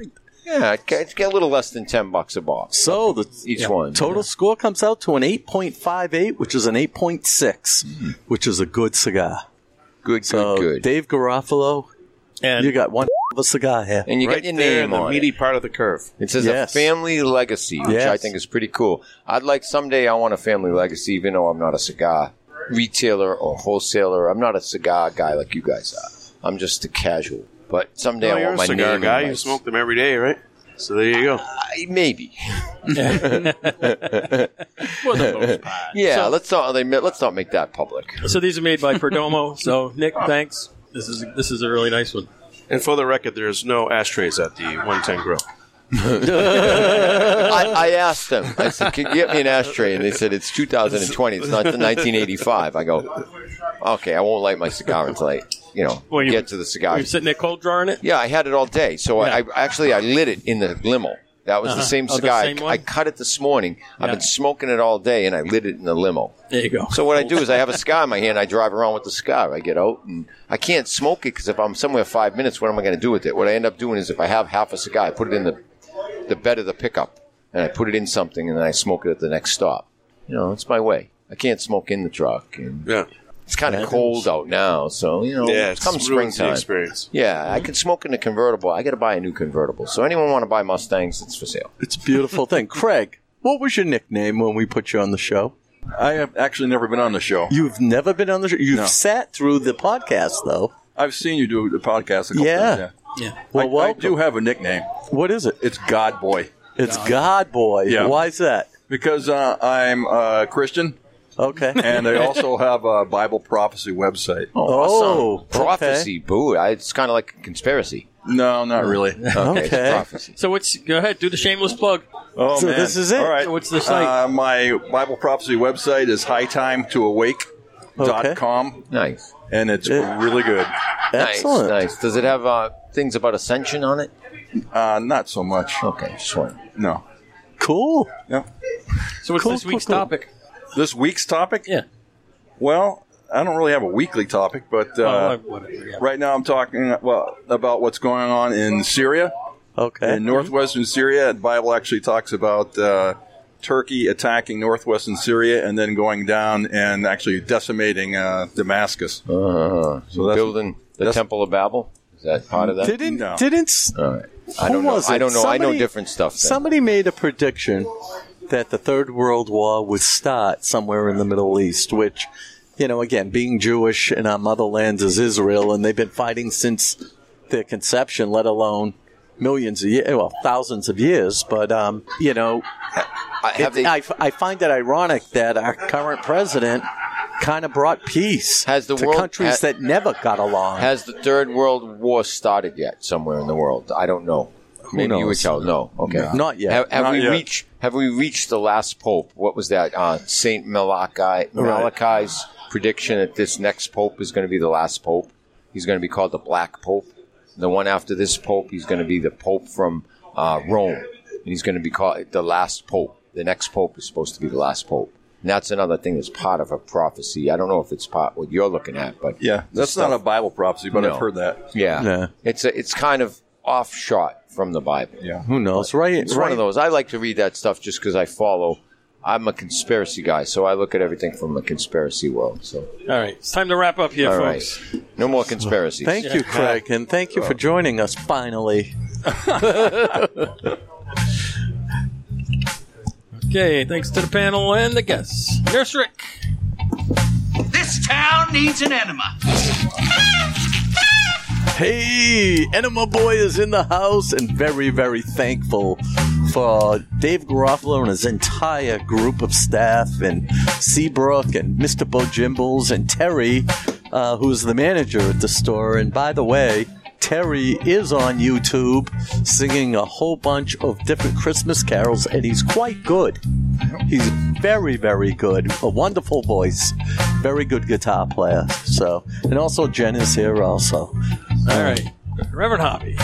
E: yeah, it ca- it's got a little less than ten bucks a box.
B: So the
E: each
B: yeah,
E: one
B: total score comes out to an eight point five eight, which is an eight point six, which is a good cigar.
E: Hmm. Good,
B: so good, Dave Garofalo,
A: and
B: you got one *laughs* of a cigar here,
E: And you got your name
F: the
E: on
F: meaty
E: it.
F: part of the curve.
E: It says
B: Yes.
E: a family legacy, which I
B: Yes.
E: think is pretty cool. I'd like someday I want a family legacy, even though I'm not a cigar retailer or wholesaler. I'm not a cigar guy like you guys are. I'm just a casual. But someday
F: No,
E: I
F: you're
E: want
F: a
E: my
F: cigar
E: name.
F: guy.
E: in my-
F: You smoke them every day, right? So there you go. *laughs*
E: maybe. yeah,
A: So-
E: let's uh, not they- let's not make that public.
A: So these are made by Perdomo. so Nick, thanks. This is this is a really nice one.
F: And for the record, there's no ashtrays at the 110 grill.
E: I, I asked them. I said, "Can you get me an ashtray?" And they said, "It's 2020. It's not the 1985." I go, "Okay, I won't light my cigar until I, you know, get to the cigar."
A: You're sitting there cold drawing it.
E: Yeah, I had it all day. So I, I actually I lit it in the limo. That was
A: Uh-huh.
E: the same
A: Oh, the
E: cigar. I-
A: same one?
E: I, cut it this morning. I've
A: Yeah.
E: been smoking it all day, and I lit it in the limo.
A: There you go.
E: So what I do is I have a cigar in my hand. I drive around with the cigar. I get out and I can't smoke it because if I'm somewhere five minutes, what am I going to do with it? What I end up doing is if I have half a cigar, I put it in the the bed of the pickup and I put it in something and then I smoke it at the next stop. You know, it's my way. I can't smoke in the truck. And
F: yeah,
E: it's kind of cold out now, so you know,
F: Yeah,
E: it's come
F: it's ruins the
E: springtime.
F: experience.
E: Yeah, I can smoke in a convertible. I got to buy a new convertible. So anyone want to buy Mustangs? It's for sale.
B: It's a
E: *laughs*
B: beautiful thing. Craig, what was your nickname when we put you on the show?
M: I have actually never been on the show.
B: You've never been on the show. You've
M: No.
B: sat through the podcast though.
M: I've seen you do the podcast. A couple
B: Yeah.
M: Times,
A: yeah.
M: Well, I, I do have a nickname.
B: What is it?
M: It's God Boy.
B: It's God Boy.
M: Yeah.
B: Why is that?
M: Because uh, I'm a Christian.
B: Okay.
M: *laughs* And I also have a Bible prophecy website.
B: Oh, okay.
E: prophecy, boo! I, Uh, it's kind of like a conspiracy.
M: No, not
B: *laughs*
M: really.
E: Okay, it's prophecy.
A: So what's go ahead do the shameless plug.
M: Oh,
A: so
M: man.
A: this is it.
M: All right.
A: So what's the site?
M: Uh, my Bible prophecy website is hightimetoawake.com.
E: Nice.
M: And it's really good.
E: Excellent. Nice, nice. Does it have uh, things about ascension on it?
M: Uh, not so much.
E: Okay, Uh-huh. sure.
M: No.
B: Cool.
M: Yeah.
A: So what's this week's topic?
M: This week's topic?
A: Yeah.
M: Well, I don't really have a weekly topic, but uh,
A: Oh, Well, whatever, yeah.
M: right now I'm talking well about what's going on in Syria.
B: Okay.
M: In northwestern Syria, the Bible actually talks about uh, Turkey attacking northwestern Syria and then going down and actually decimating uh, Damascus.
E: Uh,
M: So that's-
E: building the
M: that's-
E: Temple of Babel. Is that part of that?
B: Didn't
M: No.
B: didn't s-
E: All right. I
B: who
E: don't know.
B: was
E: I
B: it?
E: don't know. I know
B: Somebody-
E: different stuff. Then.
B: Somebody made a prediction that the Third World War would start somewhere in the Middle East, which, you know, again, being Jewish and our motherland is Israel, and they've been fighting since their conception, let alone millions of years, well, thousands of years. But, um, you know,
E: have
B: It-
E: they-
B: I, I find it ironic that our current president kind of brought peace has the to
E: world-
B: countries
E: ha-
B: that never got along.
E: Has the Third World War started yet somewhere in the world? I don't know.
B: Who
E: Maybe you would
B: knows?
E: tell. No, okay,
B: No. Not yet.
E: Have, have
B: Not
E: we
B: yet.
E: reached? Have we reached the last pope? What was that? Uh, Saint Malachi, Malachi's prediction that this next pope is going to be the last pope. He's going to be called the Black Pope. The one after this pope, he's going to be the pope from uh, Rome, and he's going to be called the last pope. The next pope is supposed to be the last pope. And that's another thing that's part of a prophecy. I don't know if it's part what you're looking at, but
M: Yeah,
E: the
M: that's not
E: stuff-
M: a Bible prophecy, but
E: No.
M: I've heard that.
E: yeah. It's a, it's kind of offshot from the Bible. Yeah.
B: Who knows? Right.
E: It's one of those. I like to read that stuff just because I follow. I'm a conspiracy guy, so I look at everything from a conspiracy world. So,
A: All right, it's time to wrap up here,
E: all right,
A: folks. *laughs*
E: no more conspiracies.
B: Thank you, Craig, and thank you for joining us finally.
A: Okay, thanks to the panel and the guests. Nurse Rick.
C: This town needs an enema.
B: Hey, Enema Boy is in the house and very, very thankful for Dave Garofalo and his entire group of staff and Seabrook and Mr. Bojimbles and Terry, uh, who's the manager at the store. And by the way, Terry is on YouTube singing a whole bunch of different Christmas carols, and he's quite good. He's very, very good. A wonderful voice. Very good guitar player. So, and also Jen is here also.
A: All right, Reverend Hobby.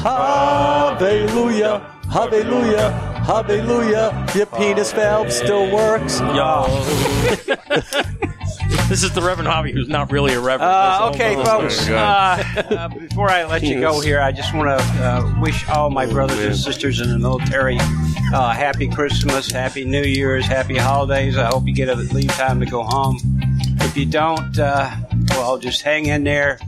B: Hallelujah, hallelujah, hallelujah. Your penis valve still works. *laughs*
A: this is the Reverend Hobby, who's not really a reverend.
D: Uh,
A: That's all
D: okay,
A: those
D: folks.
A: guys.
D: Uh, uh, *laughs* before I let you go here, I just want to uh, wish all my brothers and sisters in the military uh, happy Christmas, happy New Year's, happy holidays. I hope you get a leave time to go home. If you don't, uh, well, just hang in there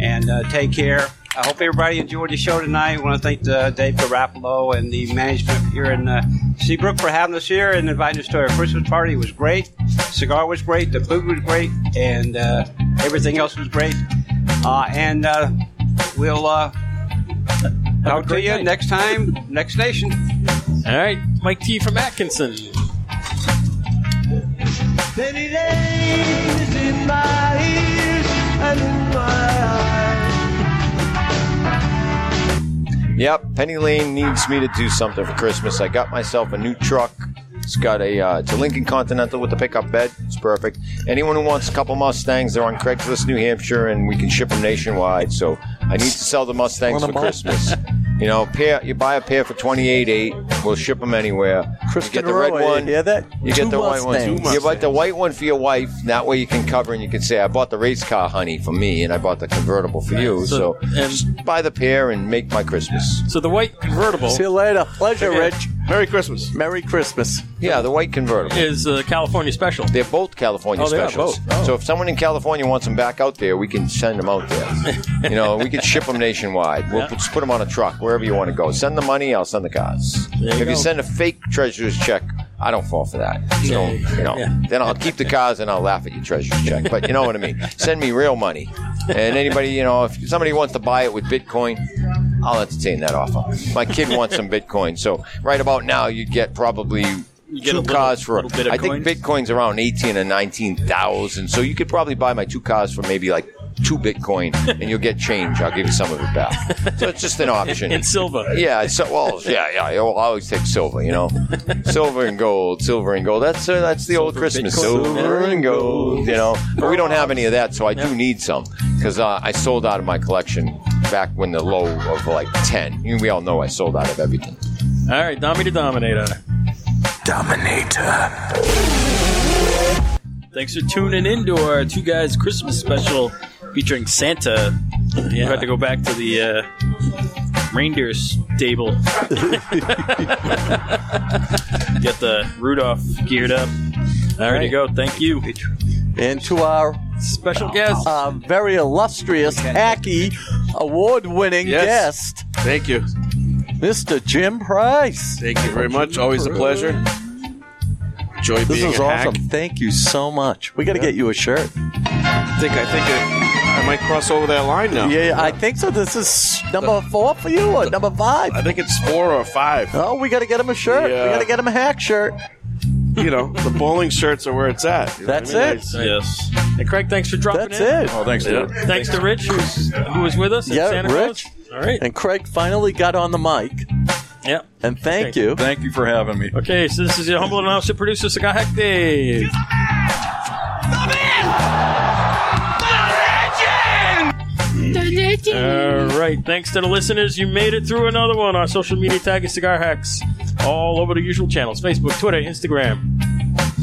D: and uh, take care. I hope everybody enjoyed the show tonight. I want to thank uh, Dave Garoppolo and the management here in uh, Seabrook for having us here and inviting us to our Christmas party. It was great. Cigar was great. The food was great. And uh, everything else was great. Uh, and uh, we'll uh, talk to you next time, next station.
A: All right, Mike T from Atkinson.
N: Penny Lane is in my ears and in my eyes.
E: Yep, Penny Lane needs me to do something for Christmas. I got myself a new truck. It's got a uh, it's a Lincoln Continental with a pickup bed. It's perfect. Anyone who wants a couple Mustangs, they're on Craigslist, New Hampshire, and we can ship them nationwide. So I need to sell the Mustangs
B: Want
E: for
B: a Mustang? *laughs*
E: Christmas. You know, pair you buy a pair for twenty eight eight. We'll ship them anywhere.
B: Kristen
E: you get the red
B: Roy,
E: one.
B: you hear eh? that?
E: You get
B: Two
E: the white
B: Mustangs. Two
E: one. You buy the white one for your wife. and That way you can cover and you can say, "I bought the race car, honey, for me, and I bought the convertible for you." So, just buy the pair and make my Christmas.
A: So the white convertible.
B: See you later. Pleasure,
A: Okay.
B: Rich.
F: Merry Christmas.
B: Merry Christmas.
E: Yeah, the white convertible
A: is uh, California special.
E: They're both California
A: Oh, they are
E: specials.
A: both. Oh.
E: So if someone in California wants them back out there, we can send them out
A: *laughs*
E: there. you know, we can ship them nationwide. We'll
A: Yeah.
E: just put them on a truck wherever you want to go. Send the money, I'll send the cars.
A: There you
E: if
A: go.
E: you send a fake treasurer's check, I don't fall for that. You know, you know.
A: Yeah.
E: Then I'll keep the cars and I'll laugh at your treasurer's check. But you know what I mean. Send me real money. And anybody, you know, if somebody wants to buy it with Bitcoin, I'll entertain that offer. My kid wants some Bitcoin. So right about now, you'd get probably
G: get a
E: two
G: little-
E: cars for
G: little bit of
E: I think
G: coin.
E: Bitcoin's around eighteen and nineteen thousand, so you could probably buy my two cars for maybe like two Bitcoin, and you'll get change. I'll give you some of it back. uh, *laughs* So it's just an option.
A: *laughs* In silver.
E: Yeah. So
A: *laughs*
E: well, yeah, yeah. I always take silver. You know, silver and gold, silver and gold. That's uh, that's the old Christmas
B: Bitcoin.
E: silver and gold. You know, but we don't have any of that, so I do need some because uh, I sold out of my collection back when the low of like ten. You- We all know I sold out of everything.
A: All right, Dommy to Dominator.
E: Dominator.
G: Thanks for tuning in to our Two Guys Christmas special featuring Santa. You had to go back to the uh, reindeer
A: *laughs*
G: stable. Get the Rudolph geared up. There you go. Thank you.
B: And to our
A: special guest,
B: uh, very illustrious, hacky, award winning
F: Yes.
B: guest,
F: Thank you.
B: Mr. Jim Price.
F: Thank you very much. Always a pleasure. Enjoy
B: This
F: being
B: is
F: a hack.
B: awesome. Thank you so much. We got to get you a shirt.
F: I think I think it, I might cross over that line now.
B: Yeah, I think so. This is number four for you or number five? I
F: think it's four or five.
B: Oh, we got to get him a shirt.
F: Yeah.
B: We got to get him a hack shirt.
F: you know, the bowling shirts are where it's at. You know
B: That's
F: what I mean?
B: it.
F: I- yes.
A: Hey, Craig, thanks for dropping
B: That's
A: in.
B: it. Oh, thanks,
A: Yeah.
B: dude.
A: Thanks to Rich, who's, who was with us
B: yeah,
A: at Santa
B: Rich.
A: Claus. All right.
B: And Craig finally got on the mic.
A: *laughs* Yeah.
B: And thank you.
M: Thank you for having me.
A: Okay, so this is your humble announcer, producer, Cigar Hack Dave. All right, thanks to the listeners. You made it through another one. Our social media tag is Cigar Hacks, all over the usual channels Facebook, Twitter, Instagram,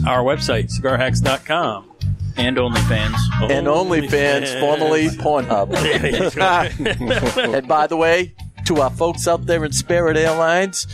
A: our website, cigarhacks.com.
G: And OnlyFans.
B: and OnlyFans, formerly Pornhub.
A: *laughs* There you go.
B: *laughs* and by the way, to our folks out there in Spirit Airlines,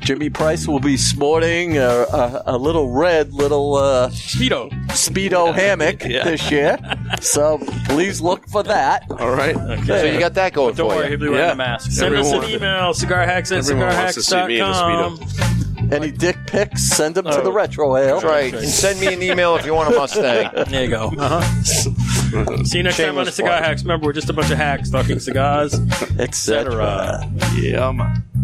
B: Jimmy Price will be sporting a, a, a little red, little uh,
A: Speedo
B: speedo hammock
A: Yeah.
B: this year. So please look for that.
F: All right.
E: So you got that going
A: Don't
E: for
A: worry,
E: you.
A: he'll be wearing the mask. Send us an email, cigarhacks at
E: Everyone wants to see me in a
A: cigarhacks.com.
B: Any dick pics, send them to
E: Oh.
B: the retro ale.
E: That's right. And send me an email if you want a Mustang.
A: *laughs* There you go. Uh-huh. See you next time on the
E: Shameless
A: Cigar
E: plug.
A: Hacks. Remember, we're just a bunch of hacks talking cigars, etc.
B: etc.
F: Yeah, man.